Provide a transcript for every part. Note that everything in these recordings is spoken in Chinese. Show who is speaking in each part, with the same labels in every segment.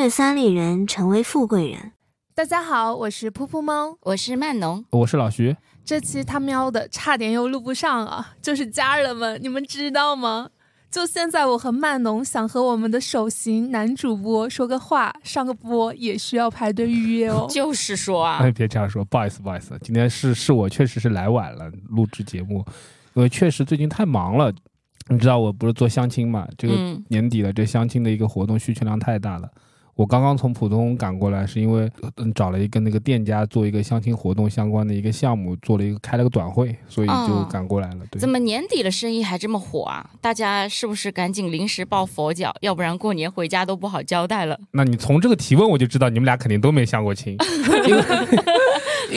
Speaker 1: 的三里人成为富贵人。
Speaker 2: 大家好，我是噗噗猫。
Speaker 3: 我是曼农，。
Speaker 4: 我是老徐，
Speaker 2: 这期他喵的差点又录不上啊！就是家人们，你们知道吗？就现在，我和曼农想和我们的首席男主播说个话，上个播也需要排队预约哦
Speaker 3: 就是说啊
Speaker 4: 哎，，别这样说，不好意思，不好意思，今天是是我确实是来晚了录制节目，因为确实最近太忙了。你知道我不是做相亲嘛？这个
Speaker 3: 嗯，
Speaker 4: 年底了，这相亲的一个活动需求量太大了。我刚刚从浦东赶过来，是因为呃嗯找了一个那个店家做一个相亲活动相关的一个项目，做了一个开了个短会，所以就
Speaker 3: 哦
Speaker 4: 赶过来了。对，
Speaker 3: 怎么年底了生意还这么火啊？大家是不是赶紧临时抱佛脚，要不然过年回家都不好交代了。
Speaker 4: 那你从这个提问我就知道你们俩肯定都没相过亲，因为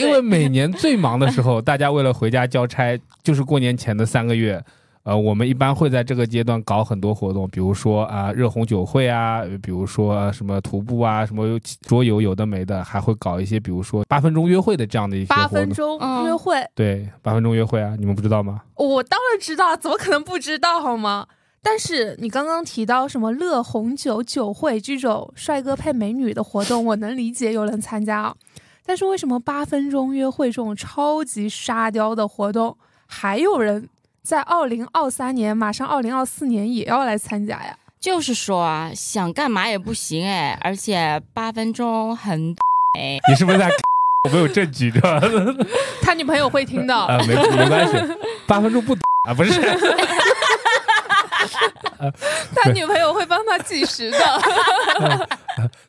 Speaker 4: 因为每年最忙的时候，大家为了回家交差，就是过年前的三个月。呃，我们一般会在这个阶段搞很多活动，比如说啊、热红酒会啊，呃比如说、呃什么徒步啊，什么桌游有的没的，还会搞一些比如说八分钟约会的这样的一些
Speaker 2: 八
Speaker 4: 活
Speaker 2: 分钟
Speaker 4: 动。
Speaker 3: 嗯
Speaker 2: 约会，
Speaker 4: 对，八分钟约会啊，你们不知道吗？
Speaker 2: 我当然知道，怎么可能不知道好吗？但是你刚刚提到什么乐红酒酒会这种帅哥配美女的活动，我能理解有人参加啊。但是为什么八分钟约会这种超级沙雕的活动，还有人在二零二三年，马上二零二四年也要来参加呀？
Speaker 3: 就是说啊，想干嘛也不行哎，而且八分钟很哎，
Speaker 4: 你是不是在？ 我没有证据，对吧？
Speaker 2: 他女朋友会听到
Speaker 4: 啊，，没没关系，八分钟不 啊，不是。
Speaker 2: 他女朋友会帮他计时的。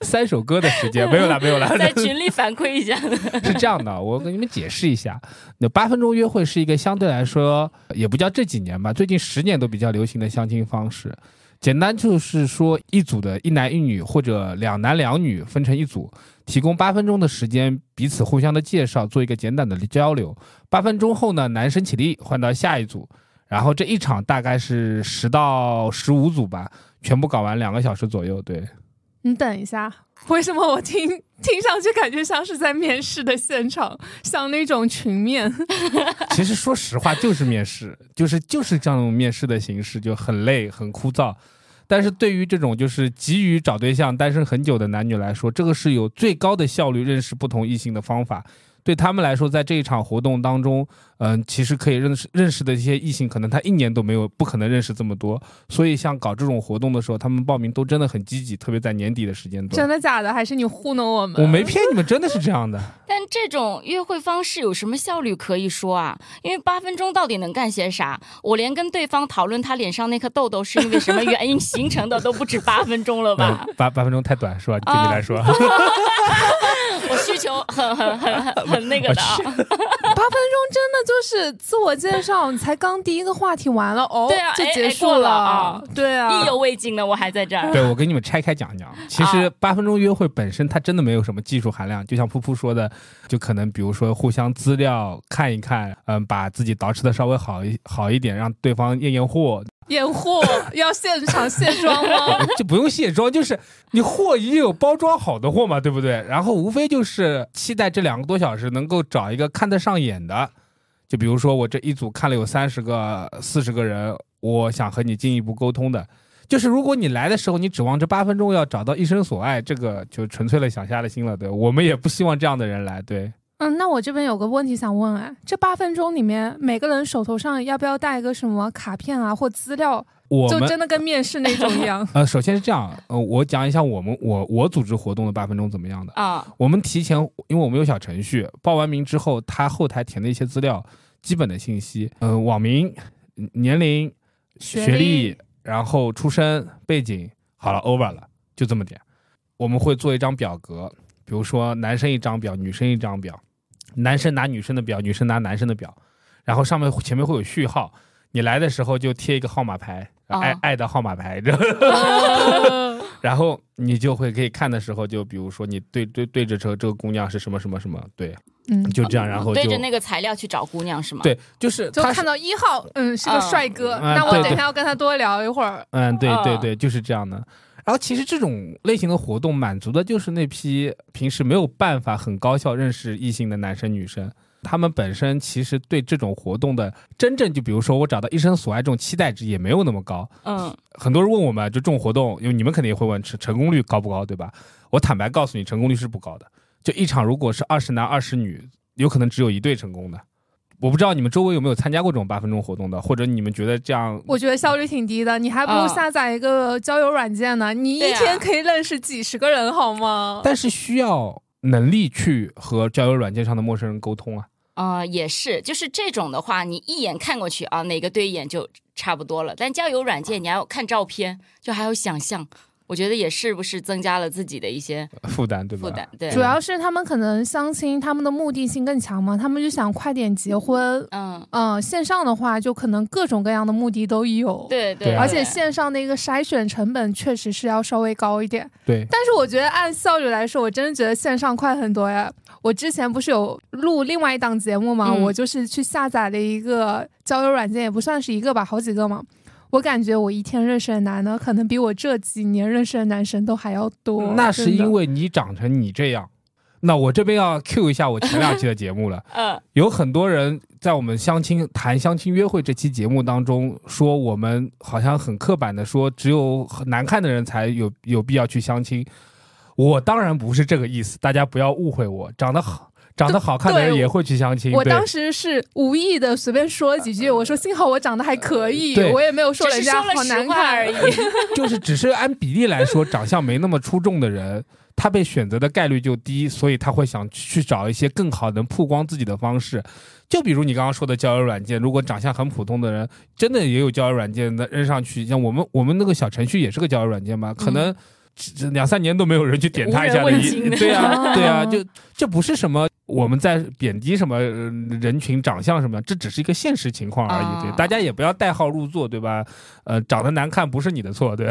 Speaker 4: 三首歌的时间，没 有啦，没有啦，
Speaker 3: 在群里反馈一下。
Speaker 4: 是这样的，我给你们解释一下，那八分钟约会是一个相对来说也不叫这几年吧，最近十年都比较流行的相亲方式。简单就是说，一组的一男一女或者两男两女分成一组，提供八分钟的时间，彼此互相的介绍，做一个简短的交流。八分钟后呢，男生起立换到下一组，然后这一场大概是十到十五组吧，全部搞完两个小时左右。对，
Speaker 2: 你等一下，为什么我听听上去感觉像是在面试的现场，像那种群面？
Speaker 4: 其实说实话，就是面试，就是就是这种面试的形式，就很累很枯燥。但是对于这种就是急于找对象、单身很久的男女来说，这个是有最高的效率认识不同异性的方法。对他们来说，在这一场活动当中，嗯、其实可以认识认识的一些异性，可能他一年都没有，不可能认识这么多。所以，像搞这种活动的时候，他们报名都真的很积极，特别在年底的时间
Speaker 2: 真
Speaker 4: 段。
Speaker 2: 的假的？还是你糊弄我们？
Speaker 4: 我没。骗你们，真的是这样的。
Speaker 3: 但这种约会方式有什么效率可以说啊？因为八分钟到底能干些啥？我连跟对方讨论他脸上那颗痘痘是因为什么原因形成的都不止八分钟了吧？
Speaker 4: 嗯八八分钟太短是吧？对你来说，
Speaker 3: 我需求很很很很很那个的啊。
Speaker 2: 八分钟真的就是自我介绍，你才刚第一个话题完了，哦，
Speaker 3: 对啊
Speaker 2: 就
Speaker 3: 哎
Speaker 2: 结
Speaker 3: 哎
Speaker 2: 束
Speaker 3: 过了啊
Speaker 2: 对啊
Speaker 3: 意，犹未尽呢，我还在这儿。
Speaker 4: 对，我给你们拆开讲讲。其实八分钟约会本身它真的没有什么技术含量，就像噗噗说的，就可能比如说互相资料看一看，嗯，把自己捯饬的稍微好一好一点，让对方验验货，
Speaker 2: 验货要现场卸妆吗？
Speaker 4: 哦就不用卸妆，就是你货也有包装好的货嘛，对不对？然后无非就是期待这两个多小时能够找一个看得上眼的，就比如说我这一组看了有三十个、四十个人，我想和你进一步沟通的。就是如果你来的时候，你指望这八分钟要找到一生所爱，这个就纯粹了想瞎了心了。对我们也不希望这样的人来。对，
Speaker 2: 嗯，那我这边有个问题想问哎，这八分钟里面每个人手头上要不要带一个什么卡片啊或资料？
Speaker 4: 我
Speaker 2: 就
Speaker 4: 们
Speaker 2: 真的跟面试那种一
Speaker 4: 。
Speaker 2: 样
Speaker 4: 呃，首先是这样，呃，我讲一下我们我我组织活动的八分钟怎么样的。
Speaker 3: 啊，
Speaker 4: 我们提前，因为我们有小程序，报完名之后，他后台填的一些资料，基本的信息，呃，网名、年龄、
Speaker 2: 学
Speaker 4: 学
Speaker 2: 历
Speaker 4: 历，然后出身背景，好了，over 了，就这么点。我们会做一张表格，比如说男生一张表，女生一张表，男生拿女生的表，女生拿男生的表，然后上面前面会有序号，你来的时候就贴一个号码牌，
Speaker 3: 哦
Speaker 4: 爱爱的号码牌，然后你就会可以看的时候，就比如说你对对对着这这个姑娘是什么什么什么，对，
Speaker 2: 嗯，
Speaker 4: 就 这样，然后就
Speaker 3: 对着那个材料去找姑娘是吗？，
Speaker 4: 对，就是
Speaker 2: 就
Speaker 4: 他是
Speaker 2: 看到一号，嗯，是个
Speaker 3: 嗯
Speaker 2: 帅哥，
Speaker 4: 嗯
Speaker 2: 那我
Speaker 4: 对
Speaker 2: 等一
Speaker 4: 对
Speaker 2: 下要跟他多聊一会儿。
Speaker 4: 嗯，对对
Speaker 3: 啊
Speaker 4: 对，就是这样的。然后其实这种类型的活动满足的就是那批平时没有办法很高效认识异性的男生女生，他们本身其实对这种活动的真正就比如说我找到一生所爱这种期待值也没有那么高。
Speaker 3: 嗯，
Speaker 4: 很多人问我们，就这种活动，因为你们肯定也会问成成功率高不高，对吧？我坦白告诉你，成功率是不高的。就一场如果是二十男二十女，有可能只有一对成功的。我不知道你们周围有没有参加过这种八分钟活动的，或者你们觉得这样
Speaker 2: 我觉得效率挺低的，你还不如
Speaker 3: 啊
Speaker 2: 下载一个交友软件呢。你一
Speaker 3: 对啊
Speaker 2: 天可以认识几十个人，好吗？
Speaker 4: 但是需要能力去和交友软件上的陌生人沟通啊。
Speaker 3: 啊，也是，就是这种的话，你一眼看过去啊，哪个对一眼就差不多了。但交友软件你还要看照片，就还有想象，我觉得也是不是增加了自己的一些
Speaker 4: 负担对吧？
Speaker 3: 负担。对
Speaker 2: 主，要是他们可能相亲，他们的目的性更强嘛，他们就想快点结婚。
Speaker 3: 嗯，
Speaker 2: 嗯、线上的话就可能各种各样的目的都有。。
Speaker 3: 对
Speaker 4: 对
Speaker 3: 对，
Speaker 4: 啊
Speaker 2: 而且
Speaker 3: 对
Speaker 2: 线上的一个筛选成本确实是要稍微高一点，
Speaker 4: 对，
Speaker 2: 但是我觉得按效率来说，我真的觉得线上快很多呀。我之前不是有录另外一档节目嘛，
Speaker 3: 嗯
Speaker 2: 我就是去下载了一个交友软件，也不算是一个吧，好几个嘛。我感觉我一天认识的男的，可能比我这几年认识的男生都还要多。
Speaker 4: 那是
Speaker 2: 真的
Speaker 4: 因为你长成你这样。那我这边要 Q 一下我前两期的节目了，
Speaker 3: 嗯
Speaker 4: 有很多人在我们相亲谈相亲约会这期节目当中说，我们好像很刻板的说，只有很难看的人才有有必要去相亲。我当然不是这个意思，大家不要误会我。长得好长得好看的人
Speaker 2: 对
Speaker 4: 也会去相亲，
Speaker 2: 我
Speaker 4: 对
Speaker 2: 当时是无意的随便说了几 句，我说幸好我长得还可以
Speaker 4: 对，
Speaker 2: 我也没有说
Speaker 3: 只
Speaker 2: 人
Speaker 3: 是
Speaker 2: 家
Speaker 3: 说
Speaker 2: 好
Speaker 3: 了实
Speaker 2: 难
Speaker 3: 话
Speaker 2: 看
Speaker 3: 而已。。
Speaker 4: 就是只是按比例来说，长相没那么出众的人，他被选择的概率就低，所以他会想去找一些更好能曝光自己的方式。就比如你刚刚说的交友软件，如果长相很普通的人，真的也有交友软件的扔上去，像我们我们那个小程序也是个交友软件嘛，可能只。只两三年都没有人去点他一下
Speaker 3: 嗯无人问
Speaker 4: 一
Speaker 3: 津的哦
Speaker 4: 对啊，对啊，
Speaker 2: 啊
Speaker 4: 就这不是什么我们在贬低什么呃人群长相什么，这只是一个现实情况而已，对，
Speaker 3: 啊
Speaker 4: 大家也不要代号入座，对吧？呃，长得难看不是你 的错，对。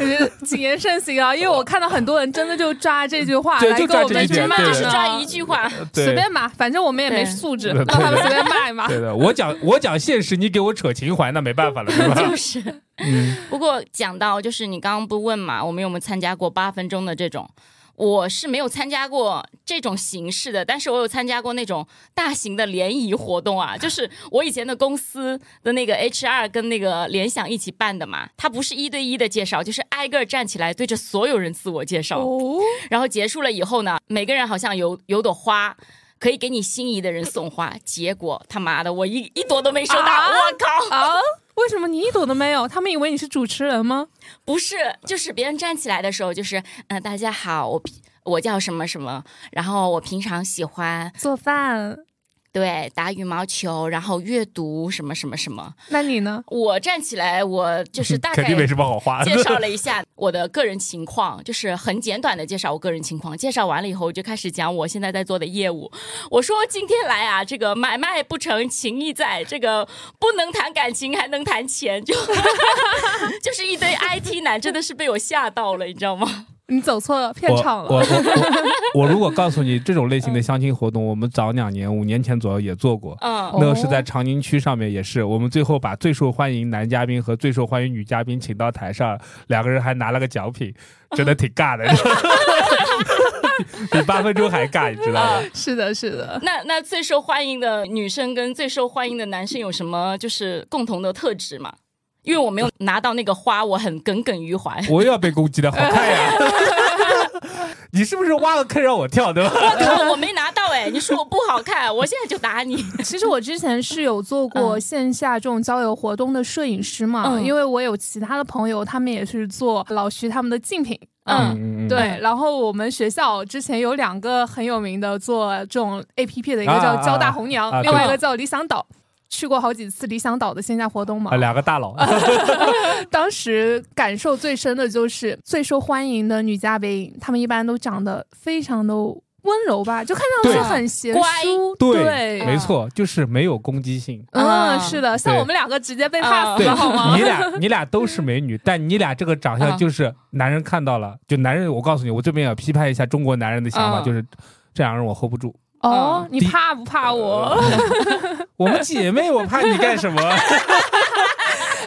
Speaker 2: 我觉得 谨言慎行啊，因为我看到很多人真的就抓这句话
Speaker 4: 对
Speaker 2: 来
Speaker 4: 就
Speaker 2: 跟
Speaker 4: 抓
Speaker 2: 我
Speaker 4: 这一
Speaker 2: 们
Speaker 4: 句
Speaker 2: 去
Speaker 4: 点
Speaker 2: 骂
Speaker 4: 对
Speaker 3: 只
Speaker 2: 呢，
Speaker 3: 是抓一句话，
Speaker 4: 对
Speaker 2: 随便骂，反正我们也没
Speaker 3: 对
Speaker 2: 素质，
Speaker 4: 对
Speaker 2: 让他们随便骂一骂。
Speaker 4: 对的，我讲我讲现实，你给我扯情怀，那没办法了，对吧？
Speaker 3: 就是。
Speaker 4: 嗯，
Speaker 3: 不过讲到就是你刚刚不问嘛，我们有没有参加过八分钟的这种？我是没有参加过这种形式的，但是我有参加过那种大型的联谊活 动啊，就是我以前的公司的那个 HR 跟那个联想一起办的嘛，它不是一对一的介绍，就是挨个儿站起来对着所有人自我介绍，
Speaker 2: 哦，
Speaker 3: 然后结束了以后呢，每个人好像有有朵花。可以给你心仪的人送花，结果他妈的我一一朵都没收到，
Speaker 2: 啊
Speaker 3: 我靠！
Speaker 2: 啊，为什么你一朵都没有？他们以为你是主持人吗？
Speaker 3: 不是，就是别人站起来的时候，就是嗯、呃大家好，我平我叫什么什么，然后我平常喜欢
Speaker 2: 做饭？
Speaker 3: 对打羽毛球，然后阅读什么什么什么。
Speaker 2: 那你呢？
Speaker 3: 我站起来，我就是大
Speaker 4: 肯定没
Speaker 3: 概
Speaker 4: 什么好花的。
Speaker 3: 介绍了一下我的个人情况，就是很简短的介绍我个人情况。介绍完了以后，我就开始讲我现在在做的业务。我说今天来啊，这个买卖不成情义在，这个不能谈感情还能谈钱，就 就是一堆 IT 男，真的是被我吓到了，你知道吗？
Speaker 2: 你走错了，片
Speaker 4: 我
Speaker 2: 场
Speaker 4: 我
Speaker 2: 了。
Speaker 4: 我我我如果告诉你这种类型的相亲活动，我们早两年五年前左右也做过。
Speaker 3: 嗯，
Speaker 4: 那个是在长宁区上面，也是我们最后把最受欢迎男嘉宾和最受欢迎女嘉宾请到台上，两个人还拿了个奖品，真的挺尬的，比八分钟还尬，你知道吗？
Speaker 2: 是的，是的。
Speaker 3: 那那最受欢迎的女生跟最受欢迎的男生有什么就是共同的特质吗？因为我没有拿到那个花，我很耿耿于怀。
Speaker 4: 我又要被攻击的好看呀！你是不是挖个坑让我跳，对吧？
Speaker 3: 我靠，我没拿到哎！你说我不好看，我现在就打你。
Speaker 2: 其实我之前是有做过
Speaker 3: 嗯
Speaker 2: 线下这种交友活动的摄影师嘛，
Speaker 3: 嗯
Speaker 2: 因为我有其他的朋友，他们也是做老徐他们的竞品。
Speaker 3: 嗯，
Speaker 4: 嗯嗯嗯
Speaker 2: 对，然后我们学校之前有两个很有名的做这种 A P P 的，一个
Speaker 4: 啊
Speaker 2: 叫
Speaker 4: 啊
Speaker 2: 交大红娘，
Speaker 4: 啊啊
Speaker 2: 另外一
Speaker 3: 对
Speaker 2: 个叫理想岛。去过好几次理想岛的线下活动嘛
Speaker 4: 啊，，两个大佬，
Speaker 2: 当时感受最深的就是最受欢迎的女嘉宾，她们一般都长得非常的温柔吧，就看上去
Speaker 4: 对
Speaker 2: 很贤
Speaker 3: 乖
Speaker 2: 淑，
Speaker 4: 没错，就是没有攻击性。
Speaker 2: 嗯，
Speaker 3: 啊
Speaker 2: 是的，像
Speaker 4: 对
Speaker 2: 我们两个直接被 pass
Speaker 4: 对
Speaker 2: 了，好吗？嗯
Speaker 4: 你俩，你俩都是美女，但你俩这个长相
Speaker 3: 啊
Speaker 4: 就是男人看到了，就男人，我告诉你，我这边也批判一下中国男人的想法，
Speaker 3: 嗯
Speaker 4: 就是这两个人我 hold 不住。
Speaker 2: 哦，你
Speaker 4: 第一
Speaker 2: 怕不怕我？
Speaker 4: 我们姐妹，我怕你干什么？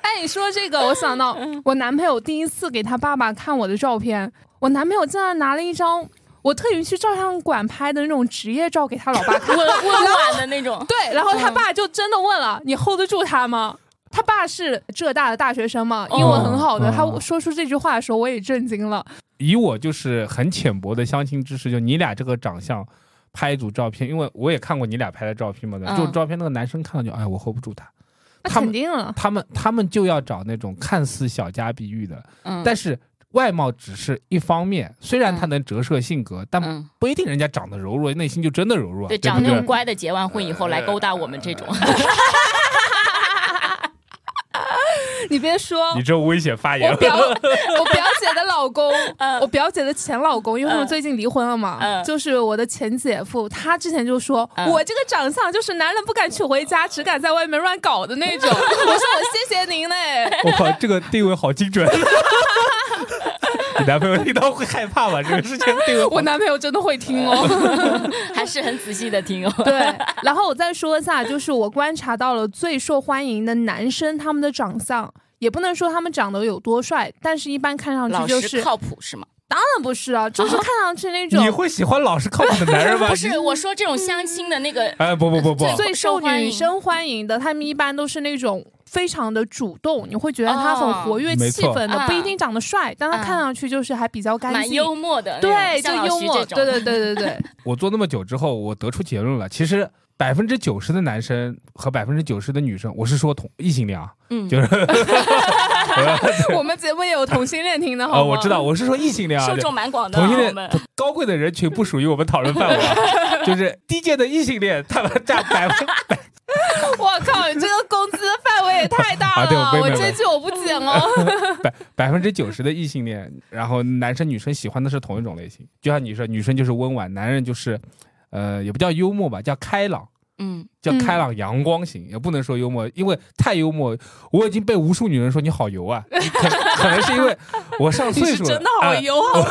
Speaker 2: 哎，你说这个，我想 到我男朋友第一次给他爸爸看我的照片，我男朋友竟然拿了一张我特意去照相馆拍的那种职业照给他老爸看。
Speaker 3: 温 温婉的那种。
Speaker 2: 对，然后他
Speaker 3: 嗯
Speaker 2: 爸就真的问了：“你 hold 得住他吗？”他爸是浙大的大学生嘛，英文很好的。
Speaker 4: 哦
Speaker 2: 他说出这句话的时候，我也震惊了。
Speaker 4: 以我就是很浅薄的相亲知识，就你俩这个长相，拍一组照片，因为我也看过你俩拍的照片嘛，这种
Speaker 3: 嗯
Speaker 4: 照片那个男生看了就哎，我 hold 不住他。
Speaker 2: 那
Speaker 4: 他们
Speaker 2: 肯定啊了，
Speaker 4: 他们他们就要找那种看似小家碧玉的，
Speaker 3: 嗯，
Speaker 4: 但是外貌只是一方面，虽然它
Speaker 3: 嗯
Speaker 4: 能折射性格，但
Speaker 3: 嗯，
Speaker 4: 不一定人家长得柔弱，内心就真的柔弱，
Speaker 3: 对，
Speaker 4: 对
Speaker 3: 找
Speaker 4: 不
Speaker 3: 那种
Speaker 4: 对？
Speaker 3: 乖的结完婚以后来勾搭我们这种，
Speaker 2: 你别说，
Speaker 4: 你这危险发 言
Speaker 2: 我，表我表姐的老公，
Speaker 3: 嗯
Speaker 2: 我表姐的前老公，因为他们
Speaker 3: 嗯
Speaker 2: 最近离婚了嘛，
Speaker 3: 嗯
Speaker 2: 就是我的前姐夫，他之前就说、
Speaker 3: 嗯
Speaker 2: 我这个长相就是男人不敢娶回家，只敢在外面乱搞的那种。 我说我谢谢您嘞，
Speaker 4: 我靠，这个定位好精准。你男朋友听到会害怕吧？这个事情定 位好
Speaker 2: 我男朋友真的会听
Speaker 3: 嗯
Speaker 2: 哦。
Speaker 3: 还是很仔细的听哦。
Speaker 2: 对，然后我再说一下，就是我观察到了最受欢迎的男生，他们的长相。也不能说他们长得有多帅，但是一般看上
Speaker 3: 老
Speaker 2: 去嗯就是
Speaker 3: 实，靠谱是吗？
Speaker 2: 当然不是啊， 就是看上去那种
Speaker 4: 你会喜欢老实靠谱的男人吗？
Speaker 3: 不是，我说这种相亲的那个，
Speaker 4: 哎，不不不不，
Speaker 2: 最受
Speaker 3: 欢
Speaker 2: 女
Speaker 3: 迎
Speaker 2: 生欢迎的，他们一般都是那种非常的主动，你会觉得他很活跃、
Speaker 4: 哦没
Speaker 2: 气
Speaker 4: 错
Speaker 2: 氛的，
Speaker 3: 啊
Speaker 2: 不一定长得帅，但他看上去就是还比较干
Speaker 3: 嗯蛮
Speaker 2: 净，
Speaker 3: 幽默的那种，
Speaker 2: 对，就
Speaker 3: 像老
Speaker 2: 幽
Speaker 3: 徐
Speaker 2: 默，
Speaker 3: 这种
Speaker 2: 对对对对对，
Speaker 4: 我做那么久之后，我得出结论了，其实。百分之九十的男生和百分之九十的女生，我是说同异性恋啊，
Speaker 3: 嗯
Speaker 4: 就是
Speaker 2: 我们节目也有同性恋听的，好
Speaker 4: 啊，
Speaker 2: 吗？
Speaker 4: 我知道，我是说异性恋啊，
Speaker 3: 哦受
Speaker 4: 就
Speaker 3: 众蛮广的啊，
Speaker 4: 同性
Speaker 3: 我
Speaker 4: 恋
Speaker 3: 们。
Speaker 4: 高贵的人群不属于我们讨论范围啊， 就是低贱的异性恋，他们占百分
Speaker 2: 我靠，你这个工资的范围也太大
Speaker 4: 啊对我
Speaker 2: 了，
Speaker 4: 没
Speaker 2: 我
Speaker 4: 没
Speaker 2: 这
Speaker 4: 没
Speaker 2: 句我不剪哦。
Speaker 3: 嗯
Speaker 4: 百百分之九十的异性恋，然后男生女生喜欢的是同一种类型，就像你说，女生就是温婉，男人就是，呃，也不叫幽默吧，叫开朗。
Speaker 3: 嗯，
Speaker 4: 叫开朗阳光型，也不能说幽默，因为太幽默，我已经被无数女人说你好油啊，可可能是因为我上
Speaker 2: 你
Speaker 4: 岁
Speaker 2: 是
Speaker 4: 数了，
Speaker 2: 真的好
Speaker 4: 啊
Speaker 2: 油好吗？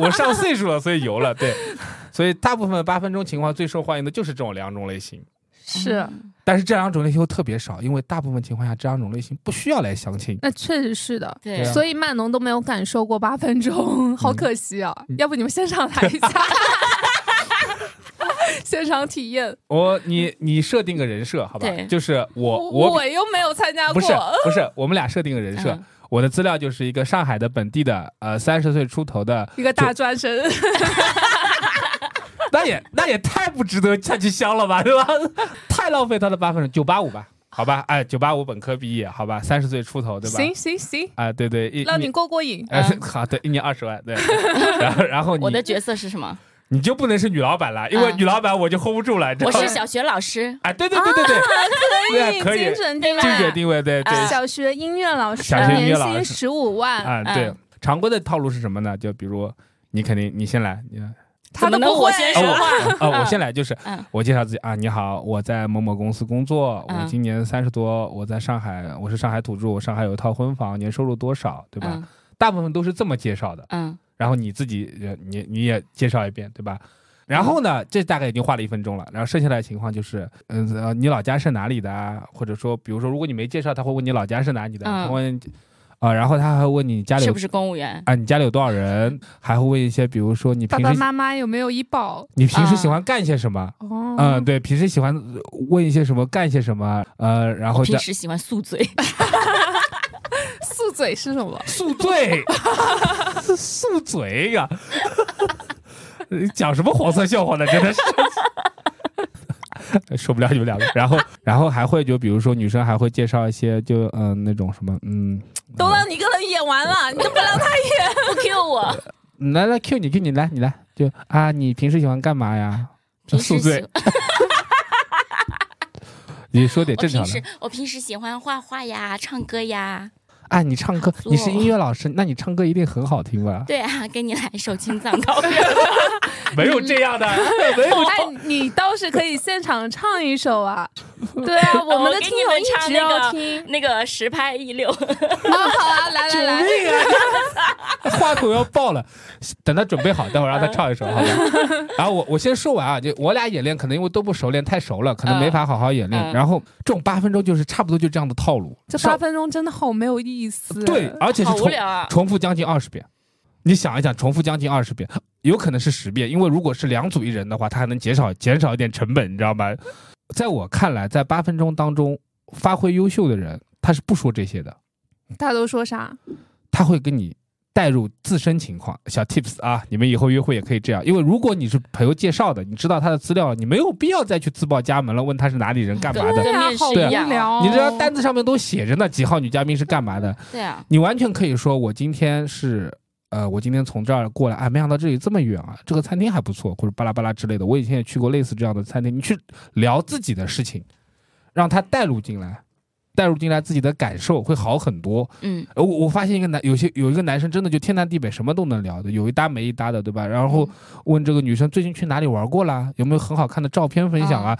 Speaker 4: 我上岁数了，所以油了，对，所以大部分八分钟情况最受欢迎的就是这种两种类型。
Speaker 2: 是，
Speaker 4: 但是这两种类型又特别少，因为大部分情况下这两种类型不需要来相亲。
Speaker 2: 那确实是的。
Speaker 3: 对
Speaker 4: 对啊
Speaker 2: 所以曼农都没有感受过八分钟，好可惜啊！
Speaker 4: 嗯
Speaker 2: 要不你们现场来一下， 现场体验。
Speaker 4: 我哦你你设定个人设好吧
Speaker 3: 对，
Speaker 4: 就是我
Speaker 2: 我
Speaker 4: 我
Speaker 2: 又没有参加
Speaker 4: 不
Speaker 2: 过，
Speaker 4: 是不是，我们俩设定个人设，
Speaker 3: 嗯
Speaker 4: 我的资料就是一个上海的本地的呃三十岁出头的，
Speaker 2: 一个大专生，
Speaker 4: 那也那也太不值得下去香了吧， 对吧？太浪费他的八分钟，九八五吧，好吧，哎，九八五本科毕业，好吧，三十岁出头，对吧？
Speaker 2: 行行行，
Speaker 4: 啊，对对，一
Speaker 2: 让你
Speaker 4: 一
Speaker 2: 过过瘾。
Speaker 4: 哎
Speaker 3: 嗯
Speaker 4: 好，对，一年二十万，对，然后然后
Speaker 3: 我的
Speaker 4: 你
Speaker 3: 角色是什么？
Speaker 4: 你就不能是女老板了，因为
Speaker 3: 嗯
Speaker 4: 女老板我就 hold 不住了，你知道
Speaker 3: 我
Speaker 4: 吗
Speaker 3: 是小学老师，
Speaker 4: 啊，对对对对对，对啊可以
Speaker 2: 精准定
Speaker 4: 精准
Speaker 2: 位，
Speaker 4: 定位，对对
Speaker 3: 啊
Speaker 2: 小学音乐老师，
Speaker 4: 小学音乐老师
Speaker 2: 年薪十五万，
Speaker 3: 嗯
Speaker 4: 啊，对，常规的套路是什么呢？就比如你肯定你先来，你啊
Speaker 2: 他都
Speaker 3: 怎么能
Speaker 2: 不
Speaker 3: 我
Speaker 2: 会。
Speaker 3: 先说
Speaker 4: 我
Speaker 3: 话。
Speaker 4: 啊我先来就是
Speaker 3: 嗯
Speaker 4: 我介绍自己啊，你好，我在某某公司工作，我
Speaker 3: 嗯
Speaker 4: 今年三十多，我在上海，我是上海土著，我上海有一套婚房，年收入多少，对吧？
Speaker 3: 嗯
Speaker 4: 大部分都是这么介绍的，
Speaker 3: 嗯
Speaker 4: 然后你自己呃你你也介绍一遍，对吧？然后呢，这大概已经花了一分钟了。然后剩下来的情况就是，嗯、呃，你老家是哪里的啊？或者说，比如说，如果你没介绍，他会问你老家是哪里的，
Speaker 3: 嗯
Speaker 4: 他问啊、然后他还会问你家里
Speaker 3: 是
Speaker 4: 有
Speaker 3: 不是公务员？
Speaker 4: 啊，你家里有多少人？还会问一些，比如说你
Speaker 2: 爸
Speaker 4: 平
Speaker 2: 爸
Speaker 4: 时
Speaker 2: 妈妈有没有医保？
Speaker 4: 你平时喜
Speaker 3: 啊
Speaker 4: 欢干些什么？
Speaker 2: 哦，
Speaker 4: 嗯，对，平时喜欢问一些什么，干些什么？呃，然后
Speaker 3: 我平
Speaker 4: 再
Speaker 3: 时喜欢 宿醉，
Speaker 2: 宿醉是什么？
Speaker 4: 宿 醉，宿醉呀、讲什么黄色笑话呢？真的是。受不了你们两个，然后，然后还会就比如说女生还会介绍一些就嗯、那种什么嗯，
Speaker 2: 都让你一个人演完了，你都不让他
Speaker 3: 不 Q 我。
Speaker 4: 来来 Q 你 Q 你来你来就啊你平时喜欢干嘛呀？
Speaker 3: 平
Speaker 4: 宿
Speaker 3: 时喜
Speaker 4: 醉，你说点
Speaker 3: 我
Speaker 4: 正常
Speaker 3: 平
Speaker 4: 的。
Speaker 3: 时我平时喜欢画画呀，唱歌呀。
Speaker 4: 啊，你唱歌，
Speaker 3: 作
Speaker 4: 你是音乐 老师，那你唱歌一定很好听吧？
Speaker 3: 对啊，给你来一首《青藏高原》。
Speaker 4: 没有这样的，没有
Speaker 2: 哎，你倒是可以现场唱一首啊！对啊，
Speaker 3: 哦
Speaker 2: 我们的听友一直要听。
Speaker 3: 那个实拍一六，
Speaker 2: 啊，好啊，来来来，
Speaker 4: 话筒要爆了。等他准备好，待会儿让他唱一首，好 吧？然后我我先说完啊，就我俩演练，可能因为都不熟练，太熟了，可能没法好好演练。
Speaker 3: 嗯嗯
Speaker 4: 然后这种八分钟就是差不多就这样的套路，
Speaker 2: 这
Speaker 4: 上
Speaker 2: 八分钟真的好没有意思。
Speaker 4: 对，而且是
Speaker 3: 好无
Speaker 4: 重
Speaker 3: 聊啊！
Speaker 4: 重复将近二十遍。你想一想，重复将近二十遍，有可能是十遍，因为如果是两组一人的话，它还能减少减少一点成本，你知道吗？在我看来，在八分钟当中发挥优秀的人，他是不说这些的，
Speaker 2: 大家都说啥？
Speaker 4: 他会跟你带入自身情况。小 tips 啊，你们以后约会也可以这样，因为如果你是朋友介绍的，你知道他的资料，你没有必要再去自报家门了，问他是哪里人干嘛
Speaker 3: 对
Speaker 4: 的。
Speaker 2: 对
Speaker 3: 跟
Speaker 2: 啊
Speaker 3: 面，试
Speaker 2: 好
Speaker 3: 一样
Speaker 2: 无聊。哦
Speaker 4: 你知道单子上面都写着呢，几号女嘉宾是干嘛的，
Speaker 3: 对啊，
Speaker 4: 你完全可以说我今天是。呃，我今天从这儿过来，啊，没想到这里这么远啊！这个餐厅还不错，或者巴拉巴拉之类的。我以前也去过类似这样的餐厅。你去聊自己的事情，让他带入进来，带入进来自己的感受会好很多。
Speaker 3: 嗯，
Speaker 4: 呃我我发现一个男有些有一个男生真的就天南地北什么都能聊的，有一搭没一搭的，对吧？然后问这个女生最近去哪里玩过啦，有没有很好看的照片分享啊？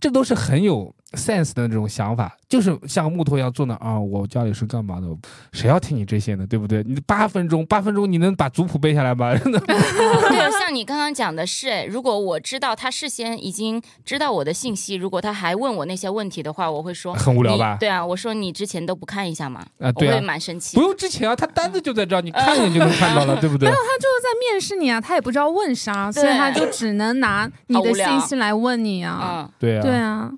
Speaker 4: 这都是很有 sense 的那种想法，就是像木头一样坐那啊，我家里是干嘛的？谁要听你这些呢？对不对？你八分钟，八分钟你能把族谱背下来吗？
Speaker 3: 对，像你刚刚讲的是，哎，如果我知道他事先已经知道我的信息，如果他还问我那些问题的话，我会说
Speaker 4: 很无聊吧
Speaker 3: 你对啊，我说你之前都不看一下嘛，
Speaker 4: 啊，
Speaker 3: 我
Speaker 4: 对
Speaker 3: 会
Speaker 4: 啊，
Speaker 3: 蛮生气
Speaker 4: 不。用之前啊，他单子就在这儿，你看一眼就能看到了，对不对？
Speaker 2: 他就是在面试你啊，他也不知道问啥，
Speaker 3: 对
Speaker 2: 所以他就只能 拿你
Speaker 3: 好
Speaker 2: 的
Speaker 3: 无聊
Speaker 2: 信息来问你啊。
Speaker 3: 嗯，
Speaker 4: 对
Speaker 2: 对
Speaker 4: 啊，
Speaker 2: 啊，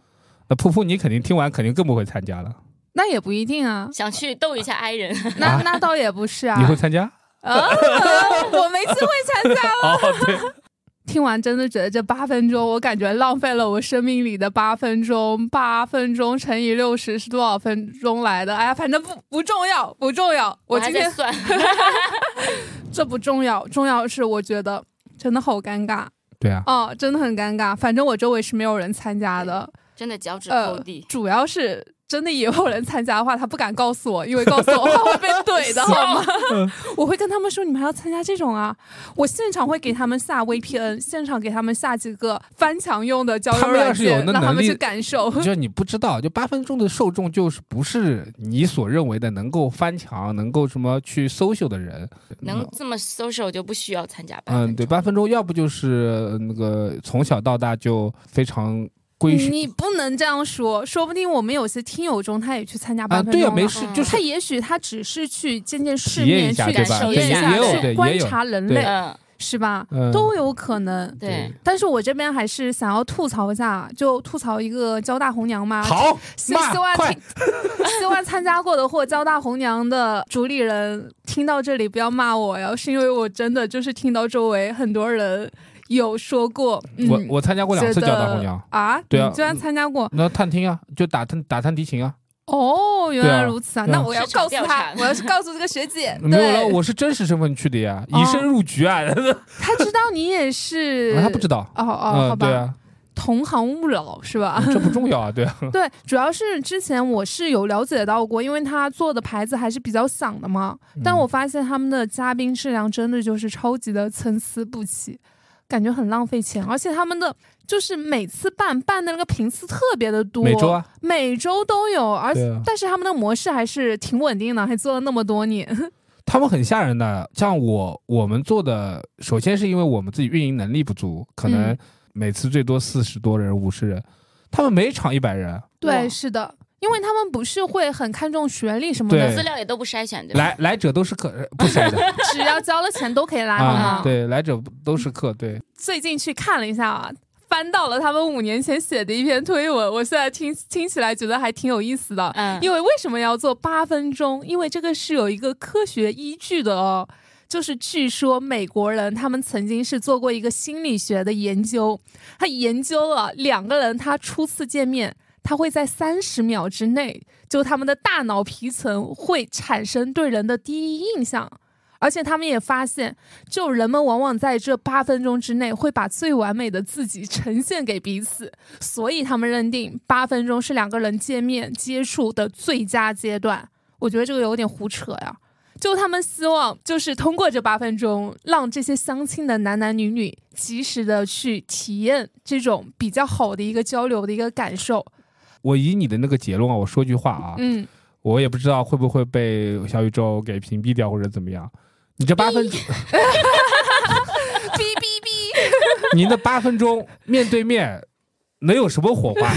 Speaker 4: 那噗噗你肯定听完肯定更不会参加了，
Speaker 2: 那也不一定 啊，
Speaker 3: 想去逗一下 i 人，
Speaker 2: 那
Speaker 4: 啊
Speaker 2: 那倒也不是啊
Speaker 4: 你。会参加？
Speaker 2: 啊，我没机会参加。
Speaker 4: 哦，对，
Speaker 2: 听完真的觉得这八分钟，我感觉浪费了我生命里的八分钟。八分钟乘以六十是多少分钟来的？哎呀，反正不不重要，不重要。我
Speaker 3: 还
Speaker 2: 今
Speaker 3: 在
Speaker 2: 天
Speaker 3: 算。
Speaker 2: 这不重要，重要是我觉得真的好尴尬
Speaker 4: 对啊，
Speaker 2: 哦，真的很尴尬。反正我周围是没有人参加的，
Speaker 3: 真的脚趾
Speaker 2: 呃
Speaker 3: 抠地，，
Speaker 2: 主要是真的以后人参加的话，他不敢告诉我，因为告诉我的话会被怼的，好 吗？
Speaker 4: 嗯
Speaker 2: 我会跟他们说，你们还要参加这种啊？我现场会给他们下 VPN，现场给他们下几个翻墙用的交
Speaker 4: 他
Speaker 2: 友
Speaker 4: 们要
Speaker 2: 软
Speaker 4: 是有
Speaker 2: 件，
Speaker 4: 那
Speaker 2: 让他
Speaker 4: 能
Speaker 2: 们
Speaker 4: 力
Speaker 2: 去感 受。
Speaker 4: 就是你不知道，就八分钟的受众就是不是你所认为的能够翻墙、能够什么去 social 的人。
Speaker 3: 能这么 social 就不需要参加吧？
Speaker 4: 嗯，对，八分钟要不就是呃那个从小到大就非常规矩
Speaker 2: 你不能这样说，说不定我们有些听友中他也去参加
Speaker 4: 啊，
Speaker 2: 八分钟
Speaker 4: 对呀、
Speaker 2: 了。哦
Speaker 4: 没事，
Speaker 3: 嗯
Speaker 4: 就是
Speaker 2: 他。也许他只是去见见世
Speaker 4: 体验
Speaker 2: 面，
Speaker 4: 一下
Speaker 2: 去
Speaker 4: 对
Speaker 2: 感
Speaker 4: 吧
Speaker 2: 受一
Speaker 3: 对也
Speaker 2: 下，
Speaker 3: 也有
Speaker 2: 去
Speaker 4: 对
Speaker 2: 观
Speaker 4: 也有
Speaker 2: 察人
Speaker 4: 对
Speaker 2: 类，
Speaker 3: 嗯，
Speaker 2: 是吧？
Speaker 4: 嗯
Speaker 2: 都有可能。
Speaker 3: 对，
Speaker 2: 但是我这边还是想要吐槽一下，就吐槽一个交大红娘嘛。
Speaker 4: 好，
Speaker 2: 希
Speaker 4: 骂
Speaker 2: 希望
Speaker 4: 快
Speaker 2: 听，希望参加过的或交大红娘的主理人听到这里不要骂我呀，是因为我真的就是听到周围很多人有说过，嗯，
Speaker 4: 我我参加过两次
Speaker 2: 觉
Speaker 4: 交
Speaker 2: 得
Speaker 4: 大红娘，
Speaker 2: 啊，
Speaker 4: 对啊
Speaker 2: 你居然参加过？
Speaker 4: 那探听啊，就打探打探敌情啊，
Speaker 2: 哦，原来如此啊！
Speaker 4: 对啊
Speaker 2: 那我要
Speaker 3: 市场
Speaker 2: 告诉
Speaker 3: 调
Speaker 2: 他
Speaker 3: 查，
Speaker 2: 我要是告诉这个学姐，
Speaker 4: 没有了，
Speaker 2: 对，
Speaker 4: 我是真实身份去的呀，
Speaker 2: 哦
Speaker 4: 以身入局啊，
Speaker 2: 他知道你也是，
Speaker 4: 他不知道，
Speaker 2: 哦哦，好
Speaker 4: 嗯，
Speaker 2: 吧，
Speaker 4: 对啊，
Speaker 2: 同行勿扰是吧？
Speaker 4: 这不重要啊，对啊，
Speaker 2: 对，主要是之前我是有了解到过，因为他做的牌子还是比较响的嘛。
Speaker 4: 嗯
Speaker 2: 但我发现他们的嘉宾质量真的就是超级的参差不齐，感觉很浪费钱，而且他们的就是每次办办的那个频次特别的多，
Speaker 4: 每周啊，
Speaker 2: 每周都有，而且、
Speaker 4: 对啊
Speaker 2: 但是他们的模式还是挺稳定的，还做了那么多年。
Speaker 4: 他们很吓人的。像我我们做的，首先是因为我们自己运营能力不足，可能
Speaker 2: 嗯
Speaker 4: 每次最多四十多人、五十人，他们每场一百人，
Speaker 2: 对，
Speaker 3: 哇
Speaker 2: 是的，因为他们不是会很看重学历什么
Speaker 4: 对
Speaker 2: 的，
Speaker 3: 资料也都不筛选，对
Speaker 2: 嗯
Speaker 3: 吧？
Speaker 4: 来来者都是客，呃不 筛的
Speaker 2: 只要交了钱都可以拉，好吗
Speaker 4: 啊，？对，来者都是客，对，
Speaker 2: 最近去看了一下啊，翻到了他们五年前写的一篇推文，我现在听听起来觉得还挺有意思的。
Speaker 3: 嗯，
Speaker 2: 因为为什么要做八分钟？因为这个是有一个科学依据的哦。就是据说美国人他们曾经是做过一个心理学的研究，他研究了两个人他初次见面，他会在三十秒之内，就他们的大脑皮层会产生对人的第一印象。而且他们也发现，就人们往往在这八分钟之内会把最完美的自己呈现给彼此，所以他们认定八分钟是两个人见面接触的最佳阶段。我觉得这个有点胡扯呀。就他们希望，就是通过这八分钟，让这些相亲的男男女女及时的去体验这种比较好的一个交流的一个感受。
Speaker 4: 我以你的那个结论啊，我说句话啊，
Speaker 2: 嗯，
Speaker 4: 我也不知道会不会被小宇宙给屏蔽掉或者怎么样。你这八分钟，
Speaker 2: 哔哔哔。
Speaker 4: 你那八分钟面对面能有什么火花？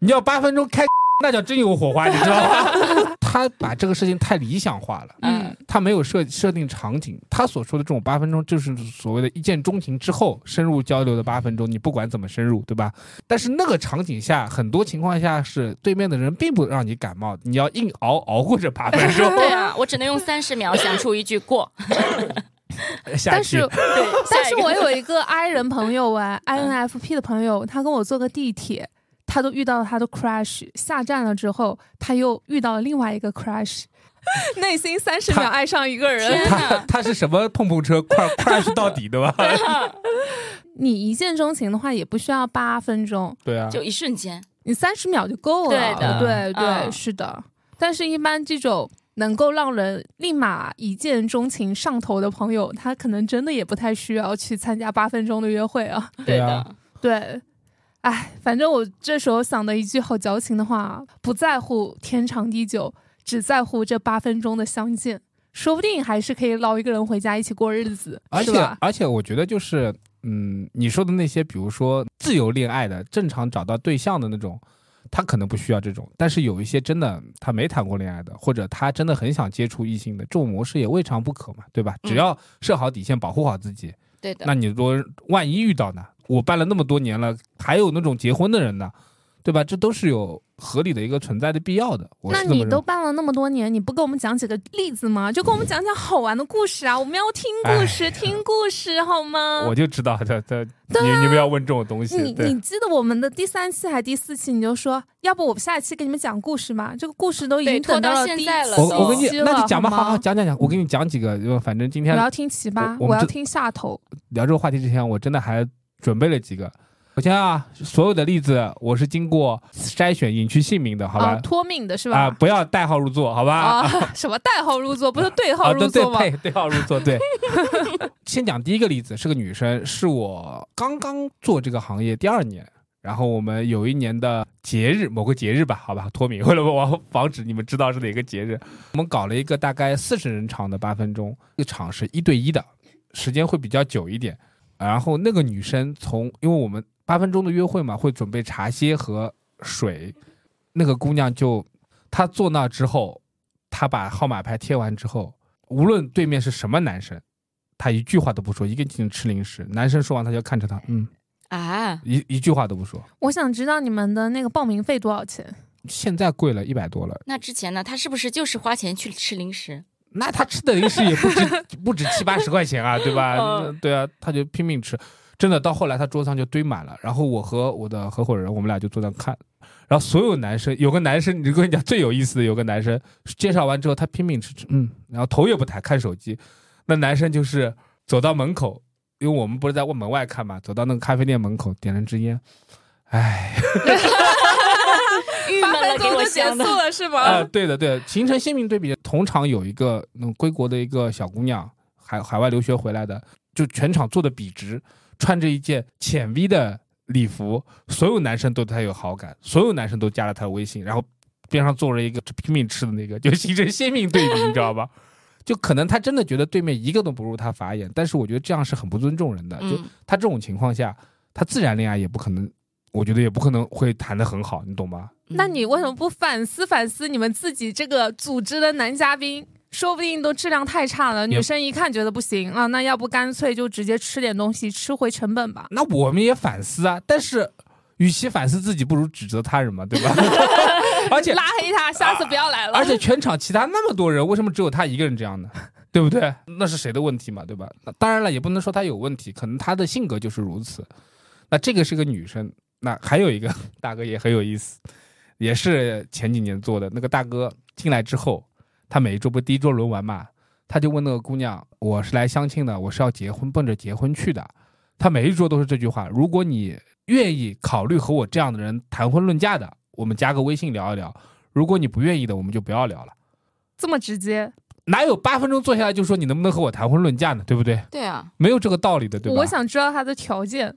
Speaker 4: 你要八分钟开，那叫真有火花，你知道吗？他把这个事情太理想化了，
Speaker 3: 嗯
Speaker 2: 嗯，
Speaker 4: 他没有设设定场景。他所说的这种八分钟，就是所谓的一见钟情之后深入交流的八分钟，你不管怎么深入，对吧？但是那个场景下，很多情况下是对面的人并不让你感冒，你要硬熬熬过这八分钟。
Speaker 3: 对啊，我只能用三十秒想出一句过。
Speaker 4: 啊 下
Speaker 2: 但
Speaker 4: 期
Speaker 2: 是
Speaker 3: 对，
Speaker 2: 但是我
Speaker 3: 有
Speaker 2: 有一个 I 人朋友哎，INFP 的朋友，他跟我坐个地铁，他都遇到了他的 crush，下站了之后，他又遇到了另外一个 crush，内心三十秒
Speaker 4: 他
Speaker 2: 爱上一个人。
Speaker 3: 天
Speaker 4: 他
Speaker 3: 哪，
Speaker 4: 他是什么碰碰车，快 crash 到底，对吧？
Speaker 2: 你一见钟情的话，也不需要八分钟，
Speaker 4: 对啊，
Speaker 3: 就一瞬间，
Speaker 2: 你三十秒就够了。
Speaker 3: 对
Speaker 4: 的
Speaker 2: 对对、
Speaker 3: 嗯
Speaker 2: 是的。但是，一般这种能够让人立马一见钟情上头的朋友，他可能真的也不太需要去参加八分钟的约会啊。
Speaker 4: 对啊
Speaker 3: 的，
Speaker 2: 对，哎，反正我这时候想的一句好矫情的话，啊不在乎天长地久，只在乎这八分钟的相见，说不定还是可以捞一个人回家一起过日子，
Speaker 4: 而
Speaker 2: 是
Speaker 4: 且
Speaker 2: 吧？
Speaker 4: 而且，我觉得就是，嗯，你说的那些，比如说自由恋爱的、正常找到对象的那种，他可能不需要这种。但是有一些真的他没谈过恋爱的，或者他真的很想接触异性的，这种模式也未尝不可嘛，对吧？
Speaker 3: 嗯
Speaker 4: 只要设好底线，保护好自己，
Speaker 3: 对的
Speaker 4: 那。你说万一遇到呢？我办了那么多年了，还有那种结婚的人呢，对吧？这都是有合理的一个存在的必要的。我
Speaker 2: 那
Speaker 4: 是这么
Speaker 2: 你
Speaker 4: 认为
Speaker 2: 都。办了那么多年，你不给我们讲几个例子吗？就给我们讲讲好玩的故事啊！我们要听故事，听故事好吗
Speaker 4: 哎我？就知道他他你你们要问这种东西，
Speaker 2: 啊你
Speaker 4: 对
Speaker 2: 你记得我们的第三期还是第四期，你就说，要不我们下一期给你们讲故事嘛？这个故事都已
Speaker 3: 对
Speaker 2: 经
Speaker 3: 拖
Speaker 2: 等
Speaker 3: 到
Speaker 2: 了
Speaker 3: 现
Speaker 2: 第一
Speaker 3: 在了
Speaker 4: 我
Speaker 3: 都
Speaker 4: 我跟你
Speaker 2: 期，
Speaker 4: 那就讲吧，
Speaker 2: 好
Speaker 4: 好好
Speaker 2: 吗
Speaker 4: 讲讲讲。我给你讲几个，就反正今天
Speaker 2: 我要听奇葩，我
Speaker 4: 我我们
Speaker 2: 要
Speaker 4: 这
Speaker 2: 听下头。
Speaker 4: 聊这个话题之前，我真的还准备了几个。首先啊，所有的例子我是经过筛选、隐去姓名的，好
Speaker 2: 啊
Speaker 4: 吧？
Speaker 2: 脱命的是
Speaker 4: 啊，
Speaker 2: 吧？
Speaker 4: 不要代号入座，好吧？
Speaker 2: 啊， 什么代号入座，不是对号
Speaker 4: 啊，
Speaker 2: 入
Speaker 4: 对对
Speaker 2: 座吗？
Speaker 4: 对，对号入 座，对。先讲第一个例子，是个女生，是我刚刚做这个行业第二年，然后我们有一年的节日，某个节日吧，好吧，脱敏，为了我防止你们知道是哪个节日，我们搞了一个大概四十人场的八分钟，这个场是一对一的，时间会比较久一点。然后那个女生从，因为我们八分钟的约会嘛，会准备茶歇和水，那个姑娘就她坐那之后，她把号码牌贴完之后，无论对面是什么男生，她一句话都不说，一个劲吃零食。男生说完，她就看着他，嗯，
Speaker 3: 啊，
Speaker 4: 一一句话都不说。
Speaker 2: 我想知道你们的那个报名费多少钱？
Speaker 4: 现在贵了一百多了，
Speaker 3: 那之前呢？他是不是就是花钱去吃零食？
Speaker 4: 那他吃的零食也不止 不止七八十块钱啊，对吧？
Speaker 3: 嗯
Speaker 4: 对啊，他就拼命吃，真的到后来他桌上就堆满了。然后我和我的合伙人，我们俩就坐那看。然后所有男生，有个男生，你跟你讲最有意思的，有个男生介绍完之后，他拼命吃吃，嗯，然后头也不抬看手机。那男生就是走到门口，因为我们不是在门外看嘛，走到那个咖啡店门口点了支烟，唉，
Speaker 3: 郁闷了，给我想的。
Speaker 2: 了是 吗
Speaker 4: 啊、对的，对的，形成鲜明对比。同场有一个嗯归国的一个小姑娘，海海外留学回来的，就全场坐的笔直，穿着一件浅 V 的礼服，所有男生对她有好感，所有男生都加了她微信，然后边上坐着一个拼命吃的那个，就形成鲜明对比，你知道吧？ 就可能她真的觉得对面一个都不入她法眼，但是我觉得这样是很不尊重人的。就
Speaker 3: 嗯，
Speaker 4: 他这种情况下，他自然恋爱也不可能，我觉得也不可能会谈得很好，你懂吗？
Speaker 2: 那你为什么不反思反思你们自己这个组织的男嘉宾？说不定都质量太差了，
Speaker 4: 也
Speaker 2: 女生一看觉得不行啊，那要不干脆就直接吃点东西，吃回成本吧。
Speaker 4: 那我们也反思啊，但是与其反思自己，不如指责他人嘛，对吧？ 而且
Speaker 2: 拉黑他，下次不要来了。
Speaker 4: 而且全场其他那么多人，为什么只有他一个人这样呢？ 对不对？那是谁的问题嘛，对吧？那当然了，也不能说他有问题，可能他的性格就是如此。那这个是个女生，那还有一个 大哥也很有意思，也是前几年做的。那个大哥进来之后，他每一桌不第一桌轮完嘛，他就问那个姑娘：“我是来相亲的，我是要结婚，奔着结婚去的。”他每一桌都是这句话：“如果你愿意考虑和我这样的人谈婚论嫁的，我们加个微信聊一聊；如果你不愿意的，我们就不要聊了。”
Speaker 2: 这么直接，
Speaker 4: 哪有八分钟坐下来就说你能不能和我谈婚论嫁呢？对不对？
Speaker 3: 对啊，
Speaker 4: 没有这个道理的，对吧？
Speaker 2: 我想知道他的条件。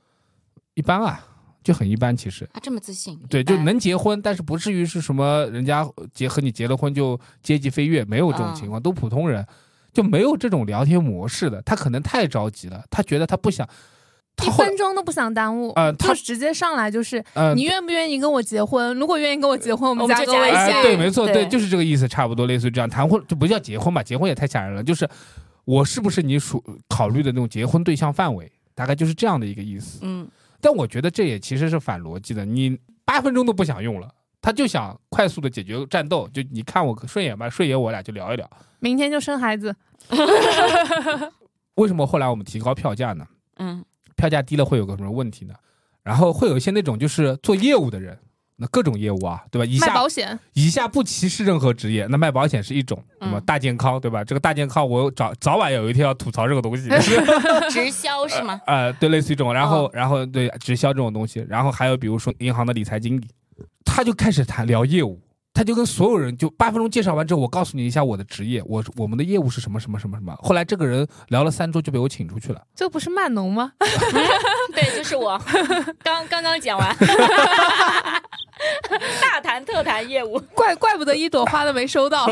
Speaker 4: 一般啊，就很一般，其实。
Speaker 3: 他这么自信，哎
Speaker 4: 对，
Speaker 3: 一般
Speaker 2: 哎
Speaker 4: 就能结婚，但是不至于是什么人家结和你结了婚就阶级飞跃，没有这种情
Speaker 2: 啊
Speaker 4: 况，都普通人，就没有这种聊天模式的。他可能太着急了，他觉得他不想，他
Speaker 2: 一
Speaker 4: 后来
Speaker 2: 分钟都不想耽误，
Speaker 4: 呃他
Speaker 2: 就直接上来就是
Speaker 4: 呃
Speaker 2: 你愿不愿意跟我结婚？如果愿意跟我结婚，我们
Speaker 3: 呃我们
Speaker 2: 加
Speaker 3: 就
Speaker 2: 个
Speaker 3: 加
Speaker 2: 微
Speaker 3: 一下
Speaker 2: 信。
Speaker 4: 哎，对，没错，
Speaker 3: 对
Speaker 4: 对，就是这个意思，差不多类似于这样。谈婚就不叫结婚吧，结婚也太吓人了。就是我是不是你属考虑的那种结婚对象范围，大概就是这样的一个意思。
Speaker 3: 嗯，
Speaker 4: 但我觉得这也其实是反逻辑的，你八分钟都不想用了。他就想快速的解决战斗，就你看我顺眼吧，顺眼我俩就聊一聊。
Speaker 2: 明天就生孩子，
Speaker 4: 为什么后来我们提高票价呢？
Speaker 3: 嗯，
Speaker 4: 票价低了会有个什么问题呢？然后会有一些那种就是做业务的人，那各种业务啊，对吧？以
Speaker 2: 卖
Speaker 4: 下
Speaker 2: 保险，
Speaker 4: 以下不歧视任何职业，那卖保险是一种，
Speaker 3: 嗯
Speaker 4: 什么大健康，对吧？这个大健康，我早早晚有一天要吐槽这个东西，
Speaker 3: 直销是吗？
Speaker 4: 呃，对，类似于这种，然后、然后对直销这种东西，然后还有比如说银行的理财经理，他就开始谈聊业务，他就跟所有人就八分钟介绍完之后，我告诉你一下我的职业，我我们的业务是什么什么什么什么。后来这个人聊了三周就被我请出去了，
Speaker 2: 这不是卖农吗？
Speaker 3: 对，就是我， 刚刚刚讲 完，大谈特谈业务，
Speaker 2: 怪怪不得一朵花都没收 到。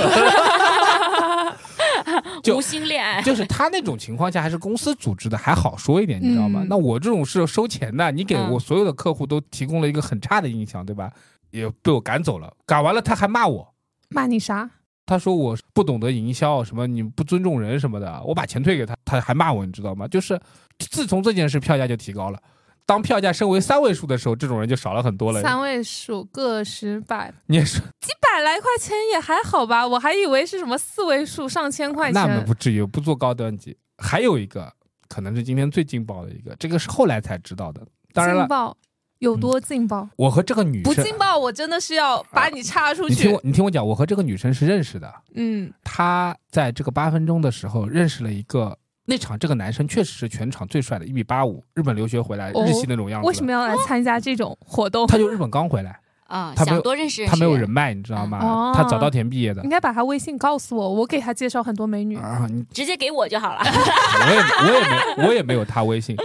Speaker 4: 就
Speaker 3: 无心恋爱，
Speaker 4: 就是他那种情况下还是公司组织的，还好说一点，你知道吗？
Speaker 2: 嗯
Speaker 4: 那我这种是收钱的，你给
Speaker 3: 嗯
Speaker 4: 我所有的客户都提供了一个很差的印象，对吧？也被我赶走了，赶完了他还骂我，
Speaker 2: 骂你啥？
Speaker 4: 他说我不懂得营销，什么你不尊重人什么的，我把钱退给他，他还骂我，你知道吗？就是自从这件事，票价就提高了。当票价升为三位数的时候，这种人就少了很多了。
Speaker 2: 三位数，个十百，
Speaker 4: 你也是，
Speaker 2: 百来块钱也还好吧？我还以为是什么四位数、上千块
Speaker 4: 那么
Speaker 2: 钱。
Speaker 4: 不至于不做高端级。还有一个，可能是今天最劲爆的一个，这个是后来才知道的。当然了嗯
Speaker 2: 劲，爆有多劲爆？
Speaker 4: 我和这个女
Speaker 2: 不
Speaker 4: 生，
Speaker 2: 劲爆，我真的是要把你插出
Speaker 4: 你听
Speaker 2: 去
Speaker 4: 我。，你听我讲，我和这个女生是认识的。
Speaker 2: 嗯，
Speaker 4: 她在这个八分钟的时候认识了一个，那场这个男生确实是全场最帅的，一米八五，日本留学回来，
Speaker 2: 哦
Speaker 4: 日系那种样子。
Speaker 2: 为什么？要来参加这种活动？
Speaker 4: 他就日本刚回来，
Speaker 3: 啊，
Speaker 4: 他没有
Speaker 3: 想多认识认识，
Speaker 4: 他没有人，脉，你知道吗
Speaker 2: 哦？
Speaker 4: 他早稻田毕业的
Speaker 2: 应。该把他微信告诉我，我给他介绍很多美女。
Speaker 4: 啊，你
Speaker 3: 直接给我就好了。
Speaker 4: 我也我也没我也没有他微信。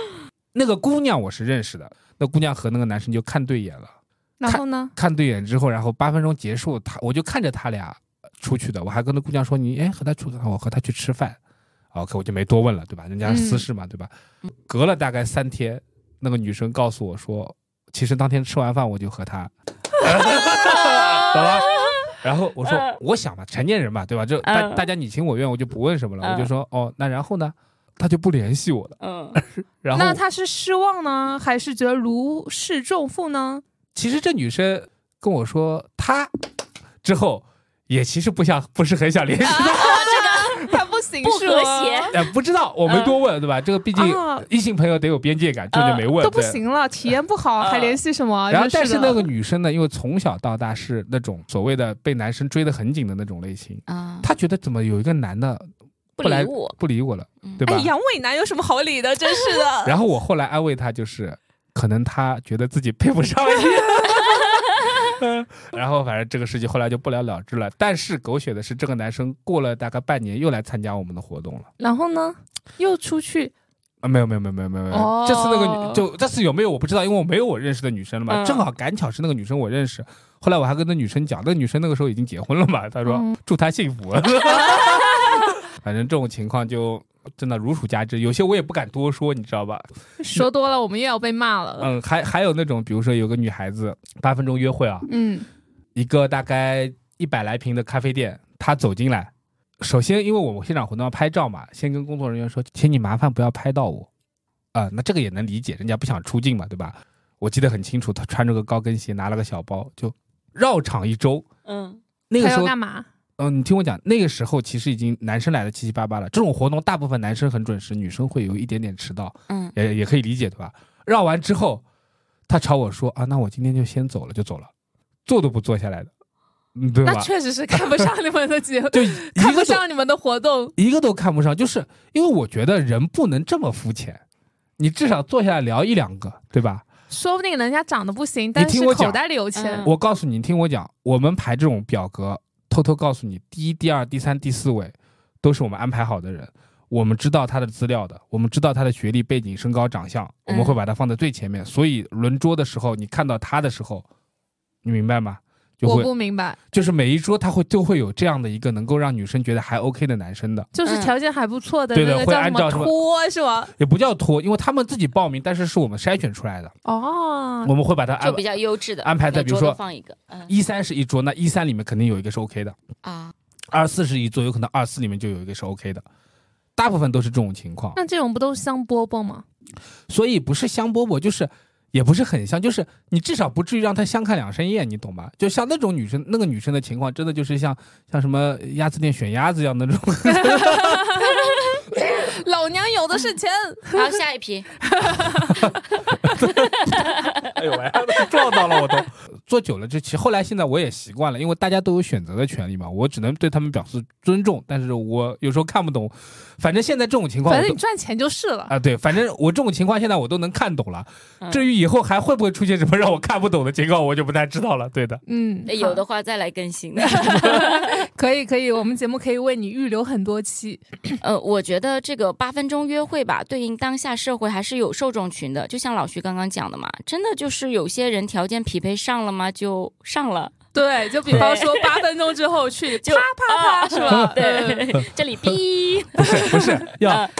Speaker 4: 那个姑娘我是认识的，那姑娘和那个男生就看对眼了，
Speaker 2: 然后呢？
Speaker 4: 看对眼之后，然后八分钟结束，他我就看着他俩呃出去的，我还跟那姑娘说你哎和他出去，我和他去吃饭，OK 我就没多问了，对吧？人家是私事嘛，对吧？隔了大概三天，那个女生告诉我说，其实当天吃完饭我就和他，懂吗？然后我说，
Speaker 3: 嗯
Speaker 4: 我想嘛，成年人嘛，对吧？这大、
Speaker 3: 嗯
Speaker 4: 大家你情我愿，我就不问什么了，
Speaker 3: 嗯
Speaker 4: 我就说哦，那然后呢？他就不联系我了。
Speaker 3: 嗯，
Speaker 4: 然后
Speaker 2: 那他是失望呢，还是觉得如释重负呢？
Speaker 4: 其实这女生跟我说她之后，也其实不想不是很想联系她，
Speaker 2: 他不行，
Speaker 3: 不
Speaker 2: 是
Speaker 3: 和
Speaker 2: 吗
Speaker 3: 谐，
Speaker 4: 呃，不知道我没多问，对吧？这个毕竟
Speaker 2: 啊
Speaker 4: 异性朋友得有边界感，这就没问。
Speaker 2: 都不
Speaker 4: 对
Speaker 2: 行了，体验不好
Speaker 3: 嗯
Speaker 2: 还联系什么？
Speaker 4: 然后，
Speaker 2: 真
Speaker 4: 但是
Speaker 2: 的
Speaker 4: 那个女生呢，因为从小到大是那种所谓的被男生追得很紧的那种类型，
Speaker 3: 啊，
Speaker 4: 她觉得怎么有一个男的
Speaker 3: 不
Speaker 4: 不来
Speaker 3: 理我，
Speaker 4: 不理我了
Speaker 3: 嗯，
Speaker 4: 对吧
Speaker 2: 哎，？阳痿男有什么好理的？真是 的。
Speaker 4: 然后我后来安慰她，就是可能她觉得自己配不上你。 然后反正这个事情后来就不了了之了。但是狗血的是，这个男生过了大概半年又来参加我们的活动了。
Speaker 2: 然后呢，又出去，
Speaker 4: 啊，没有没有没有没有没有没有，
Speaker 2: 哦
Speaker 4: 这次那个女就这次有没有我不知道，因为我没有我认识的女生了嘛，
Speaker 3: 嗯
Speaker 4: 正好赶巧是那个女生我认识，后来我还跟那女生讲，那女生那个时候已经结婚了 嘛，她说、
Speaker 2: 嗯
Speaker 4: 祝她幸 福，反正这种情况就真的如数家珍，有些我也不敢多说，你知道吧？
Speaker 2: 说多了我们又要被骂了。
Speaker 4: 嗯，还还有那种比如说有个女孩子八分钟约会啊，
Speaker 2: 嗯，
Speaker 4: 一个大概一百来平的咖啡店，她走进来，首先因为我们现场活动要拍照嘛，先跟工作人员说，请你麻烦不要拍到我，啊、那这个也能理解，人家不想出镜嘛，对吧？我记得很清楚，她穿着个高跟鞋，拿了个小包，就绕场一周。
Speaker 3: 嗯，
Speaker 4: 那个
Speaker 2: 他
Speaker 4: 时
Speaker 2: 要
Speaker 4: 候，
Speaker 2: 干嘛？
Speaker 4: 嗯、你听我讲，那个时候其实已经男生来的七七八八了。这种活动大部分男生很准时，女生会有一点点迟到，
Speaker 3: 嗯，
Speaker 4: 也也可以理解，对吧？绕完之后，他朝我说啊，那我今天就先走了，就走了，坐都不坐下来的，嗯，对吧？
Speaker 2: 那确实是看不上你们的节，
Speaker 4: 就一
Speaker 2: 看不
Speaker 4: 个都
Speaker 2: 上你们的活动。
Speaker 4: 一个都看不上，就是因为我觉得人不能这么肤浅，你至少坐下来聊一两个，对吧？
Speaker 2: 说不定人家长得不行，但是
Speaker 4: 听我讲
Speaker 2: 口袋里有钱
Speaker 3: 嗯。
Speaker 4: 我告诉你，你听我讲，我们排这种表格，偷偷告诉你，第一、第二、第三、第四位都是我们安排好的人，我们知道他的资料的，我们知道他的学历、背景、身高、长相，
Speaker 2: 嗯
Speaker 4: 我们会把他放在最前面。所以轮桌的时候，你看到他的时候，你明白吗？就
Speaker 2: 我
Speaker 4: 会
Speaker 2: 不明白，
Speaker 4: 就是每一桌他会都会有这样的一个能够让女生觉得还 OK 的男生的，
Speaker 2: 就是
Speaker 3: 嗯
Speaker 2: 条件还不错的
Speaker 4: 对
Speaker 2: 那
Speaker 4: 的
Speaker 2: 个
Speaker 4: 会
Speaker 2: 叫什
Speaker 4: 按照
Speaker 2: 么
Speaker 4: 什么
Speaker 2: 托是吧？
Speaker 4: 也不叫托，因为他们自己报名，但是是我们筛选出来的，
Speaker 2: 哦，
Speaker 4: 我们会把它安
Speaker 3: 就比较优质的
Speaker 4: 安排在
Speaker 3: 每
Speaker 4: 比如
Speaker 3: 桌都
Speaker 4: 说
Speaker 3: 放一个，嗯
Speaker 4: 一三是一桌，那一三里面肯定有一个是 OK 的，
Speaker 3: 啊，
Speaker 4: 二四是一桌，有可能二四里面就有一个是 OK 的，大部分都是这种情况，
Speaker 2: 那这种不都是香饽饽吗？
Speaker 4: 所以不是香饽饽就是。也不是很香，就是你至少不至于让他相看两生厌，你懂吧？就像那种女生，那个女生的情况，真的就是像像什么鸭子店选鸭子一样的那种，
Speaker 2: 老娘有的是钱，
Speaker 3: 然后下一 批，
Speaker 4: 哎呦喂，撞到了我都。 做久了，这其后来现在我也习惯了，因为大家都有选择的权利嘛，我只能对他们表示尊重，但是我有时候看不懂，反正现在这种情况
Speaker 2: 反
Speaker 4: 我
Speaker 2: 正
Speaker 4: 都
Speaker 2: 你。赚钱就是了。
Speaker 4: 啊，对，反正我这种情况现在我都能看懂了，
Speaker 2: 嗯
Speaker 4: 至于以后还会不会出现什么让我看不懂的情况，我就不太知道了。对 的，
Speaker 2: 嗯，
Speaker 3: 有的话再来更 新。
Speaker 2: 好可以可以，我们节目可以为你预留很多期。
Speaker 3: 呃，我觉得这个八分钟约会吧，对应当下社会还是有受众群的。就像老徐刚刚讲的嘛，真的就是有些人条件匹配上了吗？就上了，
Speaker 2: 对，就比方说八分钟之后去啪啪啪，是 吧？对，
Speaker 3: 啊对，这里哔。
Speaker 4: 不是不是要
Speaker 3: 呃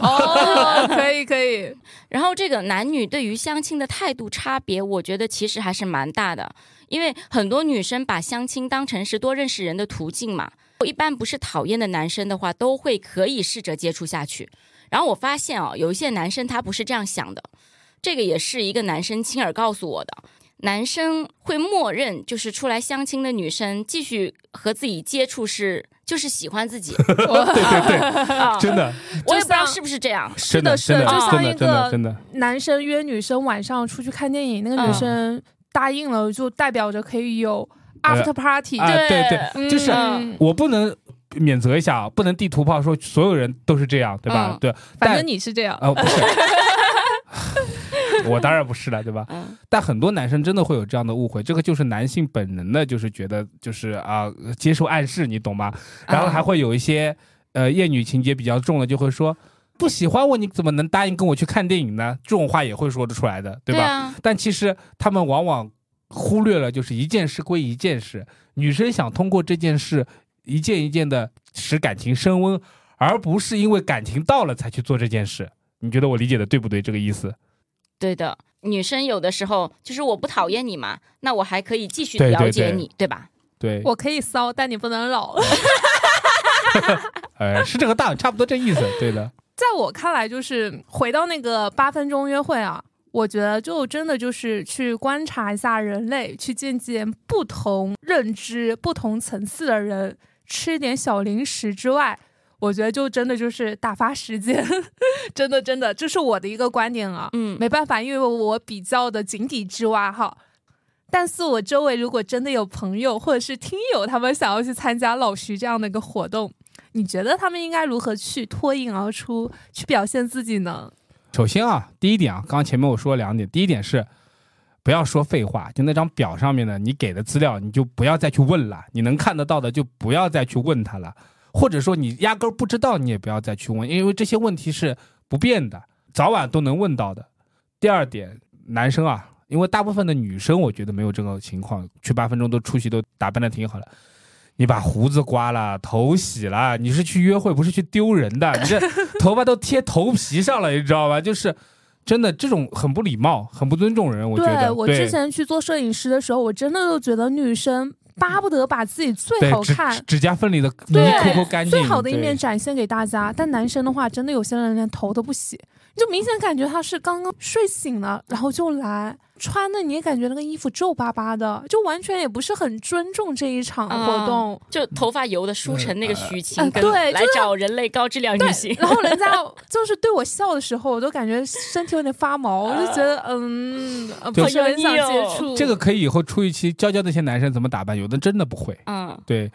Speaker 2: 哦，可以可以，
Speaker 3: 然后这个男女对于相亲的态度差别，我觉得其实还是蛮大的，因为很多女生把相亲当成是多认识人的途径嘛。一般不是讨厌的男生的话，都会可以试着接触下去。然后我发现啊、有一些男生他不是这样想的，这个也是一个男生亲耳告诉我的。男生会默认就是出来相亲的女生继续和自己接触是就是喜欢自 己，
Speaker 2: 嗯
Speaker 4: 对 对
Speaker 3: 啊
Speaker 4: 对，真的
Speaker 3: 我也不知道
Speaker 2: 就像
Speaker 3: 是不是这样。
Speaker 4: 真
Speaker 2: 的是
Speaker 4: 真的
Speaker 2: 的就
Speaker 4: 真
Speaker 2: 像
Speaker 4: 的
Speaker 2: 一
Speaker 4: 真的
Speaker 2: 个
Speaker 4: 真的，
Speaker 2: 男生约女生晚上出去看电影，那个女生答应了，就代表着可以有 after party，
Speaker 4: 啊对对
Speaker 2: 嗯
Speaker 4: 就是
Speaker 2: 嗯
Speaker 4: 我不能免责一下啊，不能地图炮说所有人都是这样，对吧
Speaker 3: 嗯？
Speaker 4: 对，
Speaker 2: 反
Speaker 4: 但
Speaker 2: 正你是这样，
Speaker 4: 啊、不是， 我当然不是了，对吧？
Speaker 3: 嗯
Speaker 4: 但很多男生真的会有这样的误会，这个就是男性本能的，就是觉得就是啊、接受暗示，你懂吗？然后还
Speaker 3: 嗯
Speaker 4: 会有一些呃厌女情节比较重的，就会说不喜欢我，你怎么能答应跟我去看电影呢？这种话也会说得出来的，对吧？
Speaker 3: 啊，
Speaker 4: 但其实他们往往忽略了，就是一件事归一件事，女生想通过这件事一件一件的使感情升温，而不是因为感情到了才去做这件事。你觉得我理解的对不对？这个意思？
Speaker 3: 对的，女生有的时候就是我不讨厌你嘛，那我还可以继续
Speaker 4: 对对
Speaker 3: 了解
Speaker 4: 对
Speaker 3: 你，对吧？
Speaker 4: 对，
Speaker 2: 我可以骚，但你不能老。
Speaker 4: 呃，是这个大，差不多这意思，对的。
Speaker 2: 在我看来，就是回到那个八分钟约会啊，我觉得就真的就是去观察一下人类，去见见不同认知、不同层次的人，吃一点小零食之外，我觉得就真的就是打发时间， 真的真的，这是我的一个观点啊。
Speaker 3: 嗯
Speaker 2: 没办法，因为我比较的井底之蛙哈。但是我周围如果真的有朋友或者是听友，他们想要去参加老徐这样的一个活动，你觉得他们应该如何去脱颖而出，去表现自己呢？
Speaker 4: 首先啊，第一点啊，刚刚前面我说了两点，第一点是不要说废话，就那张表上面的你给的资料，你就不要再去问了，你能看得到的就不要再去问他了，或者说你压根儿不知道，你也不要再去问，因为这些问题是不变的，早晚都能问到的。第二点，男生啊，因为大部分的女生我觉得没有这个情况，去八分钟都出席都打扮的挺好的。你把胡子刮了，头洗了，你是去约会，不是去丢人的。你 这头发都贴头皮上了，你知道吧？就是真的这种很不礼貌，很不尊重人。我觉得，
Speaker 2: 对
Speaker 4: 对
Speaker 2: 我之前去做摄影师的时候，我真的就觉得女生巴不得把自己最好
Speaker 4: 对指
Speaker 2: 看
Speaker 4: 指、指甲缝里的泥
Speaker 2: 对
Speaker 4: 抠抠干净，
Speaker 2: 最好的一
Speaker 4: 对
Speaker 2: 面展现给大家，但男生的话，真的有些人连头都不洗，你就明显感觉他是刚刚睡醒了，然后就来穿的，你也感觉那个衣服皱巴巴的，就完全也不是很尊重这一场活动。
Speaker 3: 就头发油的梳成那个许
Speaker 2: 呃
Speaker 3: 晴，跟
Speaker 2: 对
Speaker 3: 来找人类高质量女
Speaker 2: 对
Speaker 3: 性，。
Speaker 2: 然后人家就是对我笑的时候，我都感觉身体有点发毛，我就觉 得嗯，呃
Speaker 4: 就
Speaker 2: 不是很想接触。
Speaker 4: 这个可以以后出一期教教那些男生怎么打扮，有的真的不会。
Speaker 3: 嗯
Speaker 4: 对，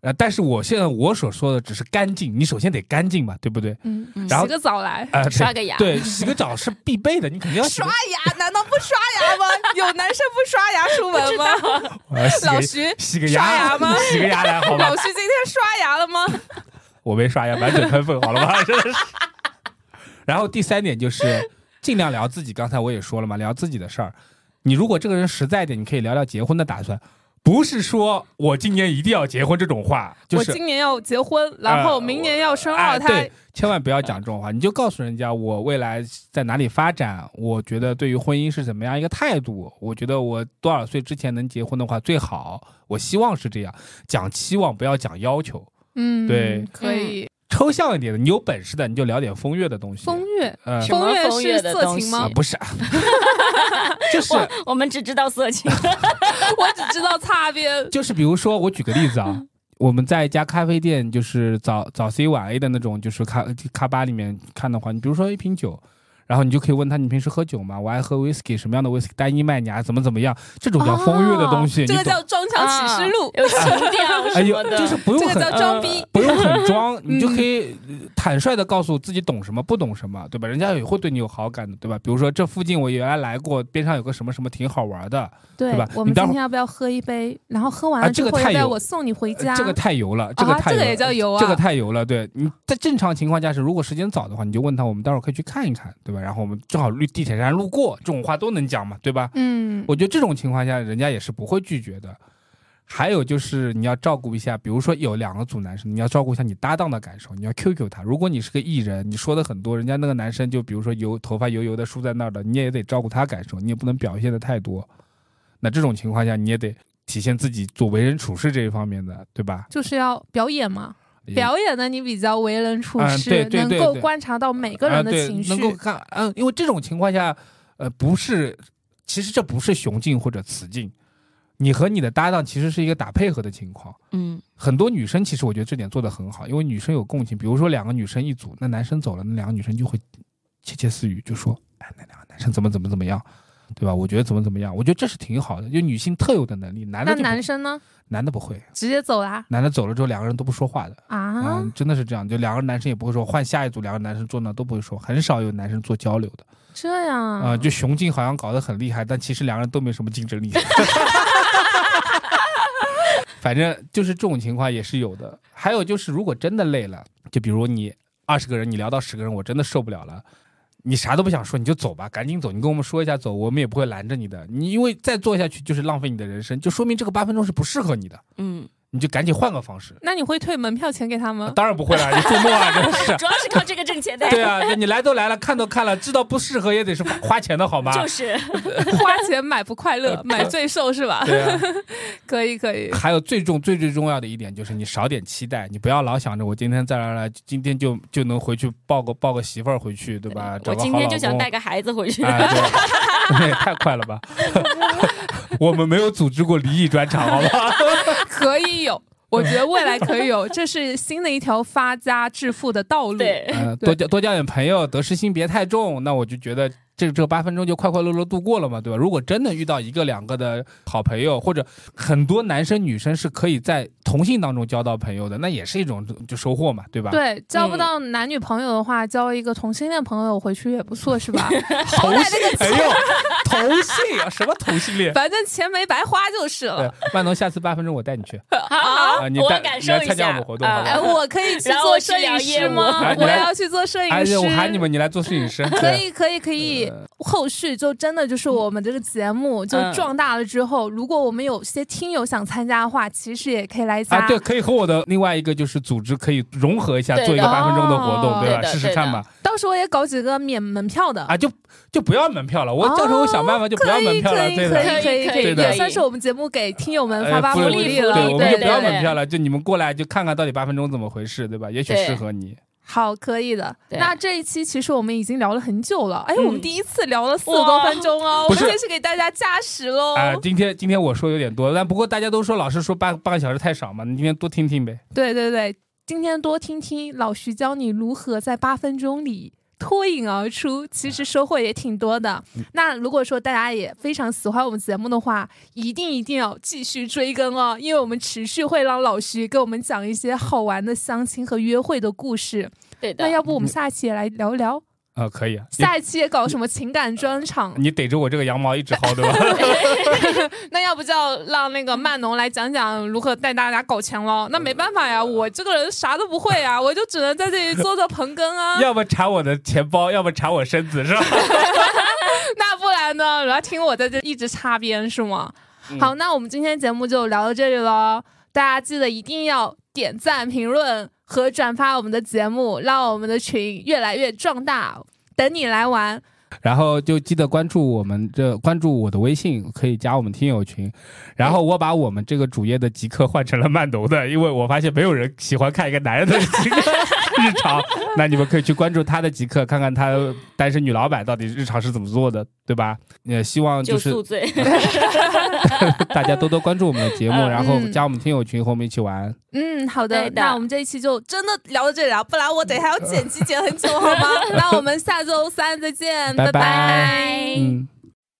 Speaker 4: 呃，但是我现在我所说的只是干净，你首先得干净嘛，对不对？
Speaker 2: 嗯，
Speaker 4: 然后
Speaker 2: 洗个澡来。
Speaker 4: 啊、对
Speaker 3: 刷个牙
Speaker 4: 对，洗个澡是必备的，你肯定要洗
Speaker 2: 刷
Speaker 4: 个。
Speaker 2: 牙？难道不刷牙 吗？有男生不刷牙出门吗？
Speaker 4: 我要呃洗
Speaker 2: 老
Speaker 4: 个
Speaker 2: 徐，
Speaker 4: 洗个
Speaker 2: 刷
Speaker 4: 牙
Speaker 2: 牙吗
Speaker 4: 洗个 牙来好吧
Speaker 2: 老？徐今天刷牙了吗？
Speaker 4: 我没刷牙，满嘴喷粪，好了吧？ 真的是。然后第三点就是尽量聊自己，刚才我也说了嘛，聊自己的事儿。你如果这个人实在一点，你可以聊聊结婚的打算，不是说我今年一定要结婚这种话，就
Speaker 2: 我
Speaker 4: 是
Speaker 2: 今年要结婚，然后
Speaker 4: 呃
Speaker 2: 明年要生
Speaker 4: 哎，
Speaker 2: 二胎
Speaker 4: 对，，千万不要讲这种话，你就告诉人家我未来在哪里发展，我觉得对于婚姻是怎么样一个态度，我觉得我多少岁之前能结婚的话最好，我希望是这样，讲期望不要讲要求，
Speaker 2: 嗯，
Speaker 4: 对，
Speaker 2: 可以。
Speaker 4: 抽象一点的，你有本事的你就聊点风月的东西，
Speaker 2: 风月，
Speaker 4: 呃
Speaker 3: 什么
Speaker 2: 月
Speaker 3: 风
Speaker 2: 是
Speaker 3: 月的
Speaker 2: 色
Speaker 3: 东
Speaker 2: 情
Speaker 3: 西
Speaker 2: 吗
Speaker 4: 啊？不是，啊， 就是
Speaker 3: 我我们只知道色情，
Speaker 2: 我只知道擦边。
Speaker 4: 就是比如说，我举个例子
Speaker 2: 嗯
Speaker 4: 啊， 我们在一家咖啡店，就是早早 C 晚 A 的那种，就是咖咖吧里面看的话，你比如说一瓶酒。然后你就可以问他，你平时喝酒吗？我爱喝 whisky，什么样的 whisky？单一麦芽怎么怎么样？这种叫风月的东西，
Speaker 2: 哦这
Speaker 4: 你
Speaker 2: 个
Speaker 4: 懂
Speaker 2: 叫？装腔启示录，
Speaker 3: 啊有情调
Speaker 4: 哎
Speaker 3: 什
Speaker 4: 呦
Speaker 3: 么，的，
Speaker 4: 就是不用
Speaker 2: 这个
Speaker 4: 很呃
Speaker 2: 叫装逼。嗯
Speaker 4: 不用 很装，你就可以呃坦率的告诉自己懂什么不懂什么，对吧？人家也会对你有好感的，对吧？比如说这附近我原来来过，边上有个什么什么挺好玩的，
Speaker 2: 对
Speaker 4: 对吧
Speaker 2: 我
Speaker 4: 你
Speaker 2: 们
Speaker 4: 待
Speaker 2: 今
Speaker 4: 会儿
Speaker 2: 天要不要喝一杯？然后喝完
Speaker 4: 啊
Speaker 2: 了
Speaker 4: 这
Speaker 2: 之
Speaker 4: 个
Speaker 2: 后，要
Speaker 4: 太
Speaker 2: 不要
Speaker 4: 油
Speaker 2: 我送你回家？
Speaker 4: 这个太油了，这个
Speaker 2: 啊
Speaker 4: 太
Speaker 2: 这
Speaker 4: 油了，
Speaker 2: 个也叫油啊？
Speaker 4: 这个太油了，对你在正常情况下是，如果时间早的话，你就问他，我们待会儿可以去看一看，对吧？然后我们正好绿地铁站路过，这种话都能讲嘛，对吧？
Speaker 2: 嗯，
Speaker 4: 我觉得这种情况下，人家也是不会拒绝的。还有就是你要照顾一下，比如说有两个组男生，你要照顾一下你搭档的感受，你要 QQ 他。如果你是个艺人，你说的很多，人家那个男生就比如说油头发油油的梳在那儿的，你也得照顾他感受，你也不能表现的太多。那这种情况下，你也得体现自己做为人处事这一方面的，对吧？
Speaker 2: 就是要表演嘛，
Speaker 4: 也
Speaker 2: 表演的你比较为人处
Speaker 4: 嗯
Speaker 2: 事，
Speaker 4: 对对对
Speaker 2: 能够
Speaker 4: 对
Speaker 2: 观察到每个
Speaker 4: 啊
Speaker 2: 人的
Speaker 4: 对
Speaker 2: 情绪。
Speaker 4: 能够看，嗯，因为这种情况下，呃，不是，其实这不是雄竞或者雌竞，你和你的搭档其实是一个打配合的情况。
Speaker 3: 嗯，
Speaker 4: 很多女生其实我觉得这点做得很好，因为女生有共情。比如说两个女生一组，那男生走了，那两个女生就会窃窃私语，就说：“哎，那两个男生怎么怎么怎么样，对吧？我觉得怎么怎么样，我觉得这是挺好的，就女性特有的能力。男的
Speaker 2: 那
Speaker 4: 就不
Speaker 2: 男生呢？
Speaker 4: 男的不会，
Speaker 2: 直接走啦
Speaker 4: 男的走了之后，两个人都不说话的。
Speaker 2: 啊？
Speaker 4: 嗯，真的是这样，就两个男生也不会说，换下一组两个男生坐那都不会说，很少有男生做交流的
Speaker 2: 这样
Speaker 3: 嗯
Speaker 4: 啊、就雄竞好像搞得很厉害，但其实两个人都没什么竞争力。 反正就是这种情况也是有的。还有就是，如果真的累了，就比如你二十个人，你聊到十个人，我真的受不了了。你啥都不想说，你就走吧，赶紧走。你跟我们说一下走，我们也不会拦着你的。你因为再做下去就是浪费你的人生，就说明这个八分钟是不适合你的，
Speaker 3: 嗯，
Speaker 4: 你就赶紧换个方式。
Speaker 2: 那你会退门票钱给他 吗？
Speaker 4: 当然不会了，你做梦啊，真 是。
Speaker 3: 主要是靠这个挣钱的，
Speaker 4: 对啊，那你来都来了，看都看了，知道不适合也得是花钱的好吗？
Speaker 3: 就是
Speaker 2: 花钱买不快 乐，
Speaker 4: 呃
Speaker 2: 买罪受是吧？
Speaker 4: 对啊，
Speaker 2: 可以可以，
Speaker 4: 还有最重最最重要的一点就是你少点期待，你不要老想着我今天再来了，今天就就能回去抱个抱个媳妇儿回去，对吧？找
Speaker 3: 我
Speaker 4: 个好
Speaker 3: 今
Speaker 4: 老
Speaker 3: 天就想
Speaker 4: 公
Speaker 3: 带个孩子回去。
Speaker 4: 哎，对， 那也太快了吧！我们没有组织过离异专场，好 吧？
Speaker 2: 可以有。我觉得未来可以 有，这是新的一条发家致富的道路。
Speaker 3: 对，
Speaker 4: 嗯，
Speaker 2: 对
Speaker 4: 多交多交点朋友，得失心别太重。那我就觉得这这八分钟就快快乐乐度过了嘛，对吧？如果真的遇到一个两个的好朋友，或者很多男生女生是可以在同性当中交到朋友的，那也是一种就收获嘛，对吧？，
Speaker 2: 对，交不到男女朋友的话，交一个同性恋朋友回去也不错，是 吧？好
Speaker 4: 同
Speaker 2: 歹
Speaker 4: 性朋 友，同性啊，什么同性恋？
Speaker 2: 反正钱没白花就是
Speaker 4: 对
Speaker 2: 了。，
Speaker 4: 万能，下次八分钟我带你去
Speaker 3: 好好，
Speaker 4: 啊，你
Speaker 3: 我
Speaker 4: 带
Speaker 3: 感
Speaker 4: 你来
Speaker 3: 受一
Speaker 4: 参加
Speaker 3: 下
Speaker 4: 我
Speaker 3: 啊
Speaker 4: 们活动好
Speaker 2: 哎，
Speaker 4: 吧？
Speaker 2: 我可以去
Speaker 3: 然后
Speaker 2: 做
Speaker 3: 去
Speaker 2: 摄影
Speaker 3: 聊业
Speaker 2: 师
Speaker 3: 务
Speaker 2: 吗
Speaker 4: 哎？
Speaker 2: 我
Speaker 4: 你来
Speaker 2: 要去做摄影
Speaker 4: 而且
Speaker 2: 师。
Speaker 4: 哎我喊你们，你来做摄影 师，
Speaker 2: 可
Speaker 4: 对。
Speaker 2: 以可以可以，后续就真的就是我们这个节目就
Speaker 3: 嗯
Speaker 2: 壮大了之后，如果我们有些听友想参加的话，其实也可以来加。
Speaker 4: 啊，对，可以和我的另外一个就是组织可以融合一下，
Speaker 3: 对
Speaker 4: 做一个
Speaker 3: 的
Speaker 4: 八分钟的活动，
Speaker 2: 哦
Speaker 4: 对吧？
Speaker 3: 对的
Speaker 4: 试试
Speaker 3: 对
Speaker 4: 看
Speaker 3: 的
Speaker 4: 吧。
Speaker 2: 到时候也搞几个免门票的。
Speaker 4: 啊，就就不要门票了，我到时候想办法就不要
Speaker 2: 可
Speaker 4: 门
Speaker 2: 以
Speaker 4: 票
Speaker 2: 哦可
Speaker 4: 了，
Speaker 2: 以
Speaker 4: 对
Speaker 2: 可
Speaker 4: 的。
Speaker 2: 以可以
Speaker 3: 可以
Speaker 2: 可以，
Speaker 4: 对的
Speaker 2: 也算是我们节目给听友们发发
Speaker 4: 不
Speaker 2: 福
Speaker 4: 是
Speaker 2: 利
Speaker 3: 福
Speaker 2: 了。
Speaker 4: 对，我们
Speaker 3: 对
Speaker 4: 就不要
Speaker 3: 对
Speaker 4: 门票了，就你们过来就看看到底八分钟怎么回事，对吧？也许
Speaker 3: 对
Speaker 4: 适合你。
Speaker 2: 好，可以的。
Speaker 3: 对
Speaker 2: 那这一期其实我们已经聊了很久了，哎，
Speaker 3: 嗯
Speaker 2: 我们第一次聊了四十多分钟哦，我
Speaker 4: 不
Speaker 2: 们
Speaker 4: 是
Speaker 2: 这是给大家加时喽。
Speaker 4: 啊，今天今天我说有点多，但不过大家都说老师说半半个小时太少嘛，你今天多听听呗。
Speaker 2: 对对对，今天多听听老徐教你如何在八分钟里。脱颖而出，其实收获也挺多的。那如果说大家也非常喜欢我们节目的话，一定一定要继续追更哦，因为我们持续会让老徐给我们讲一些好玩的相亲和约会的故事。
Speaker 3: 对
Speaker 2: 那
Speaker 3: 的，
Speaker 2: 要不我们下一期也来聊一聊，
Speaker 4: 啊，可以啊，你
Speaker 2: 下一期也搞什么情感专场？
Speaker 4: 你逮着我这个羊毛一直薅，对吧？
Speaker 2: 那要不就要让那个曼农来讲讲如何带大家搞钱
Speaker 4: 嗯
Speaker 2: 喽？那没办法呀，我这个人啥都不会 啊，我就只能在这里做做盆耕啊。
Speaker 4: 要么查我的钱包，要么查我身子，是吧？
Speaker 2: 那不然呢？然后听我在这一直擦边是吗？
Speaker 4: 嗯
Speaker 2: 好，那我们今天节目就聊到这里喽，大家记得一定要点赞、评论和转发我们的节目，让我们的群越来越壮大，等你来玩。
Speaker 4: 然后就记得关注我们这关注我的微信，可以加我们听友群。然后我把我们这个主页的极客换成了慢读的，因为我发现没有人喜欢看一个男人的 极客日常。那你们可以去关注他的极客，看看他单身女老板到底日常是怎么做的，对吧？也希望就
Speaker 3: 就是宿醉。
Speaker 4: 大家多多关注我们的节目，
Speaker 3: 嗯
Speaker 4: 然后
Speaker 2: 嗯
Speaker 4: 加我们听友群和我们一起玩。
Speaker 2: 嗯，好的，
Speaker 3: 对的
Speaker 2: 那我们这一期就真的聊到这里了，不然我等一下要剪辑剪很久，好 吗？那我们下周三再见，
Speaker 4: 拜拜
Speaker 2: 拜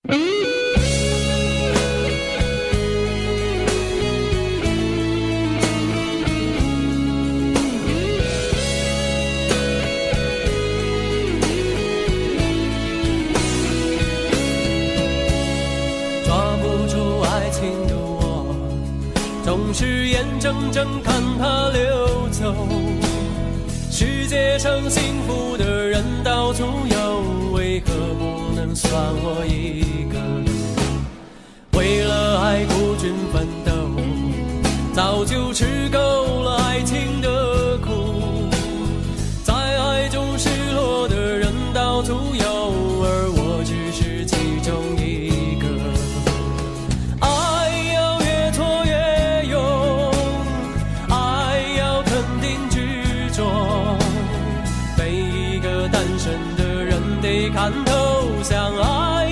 Speaker 4: 嗯。
Speaker 5: 抓不住爱情的我，总是眼睁睁看它溜走。世界上幸福的人到处有，为何不能算我一个？为了爱孤军奋斗，早就吃够了爱情的苦。在爱中失落的人到处有，而我只是其中一个。爱要越挫越勇，爱要肯定执着。每一个单身的人得看透，相爱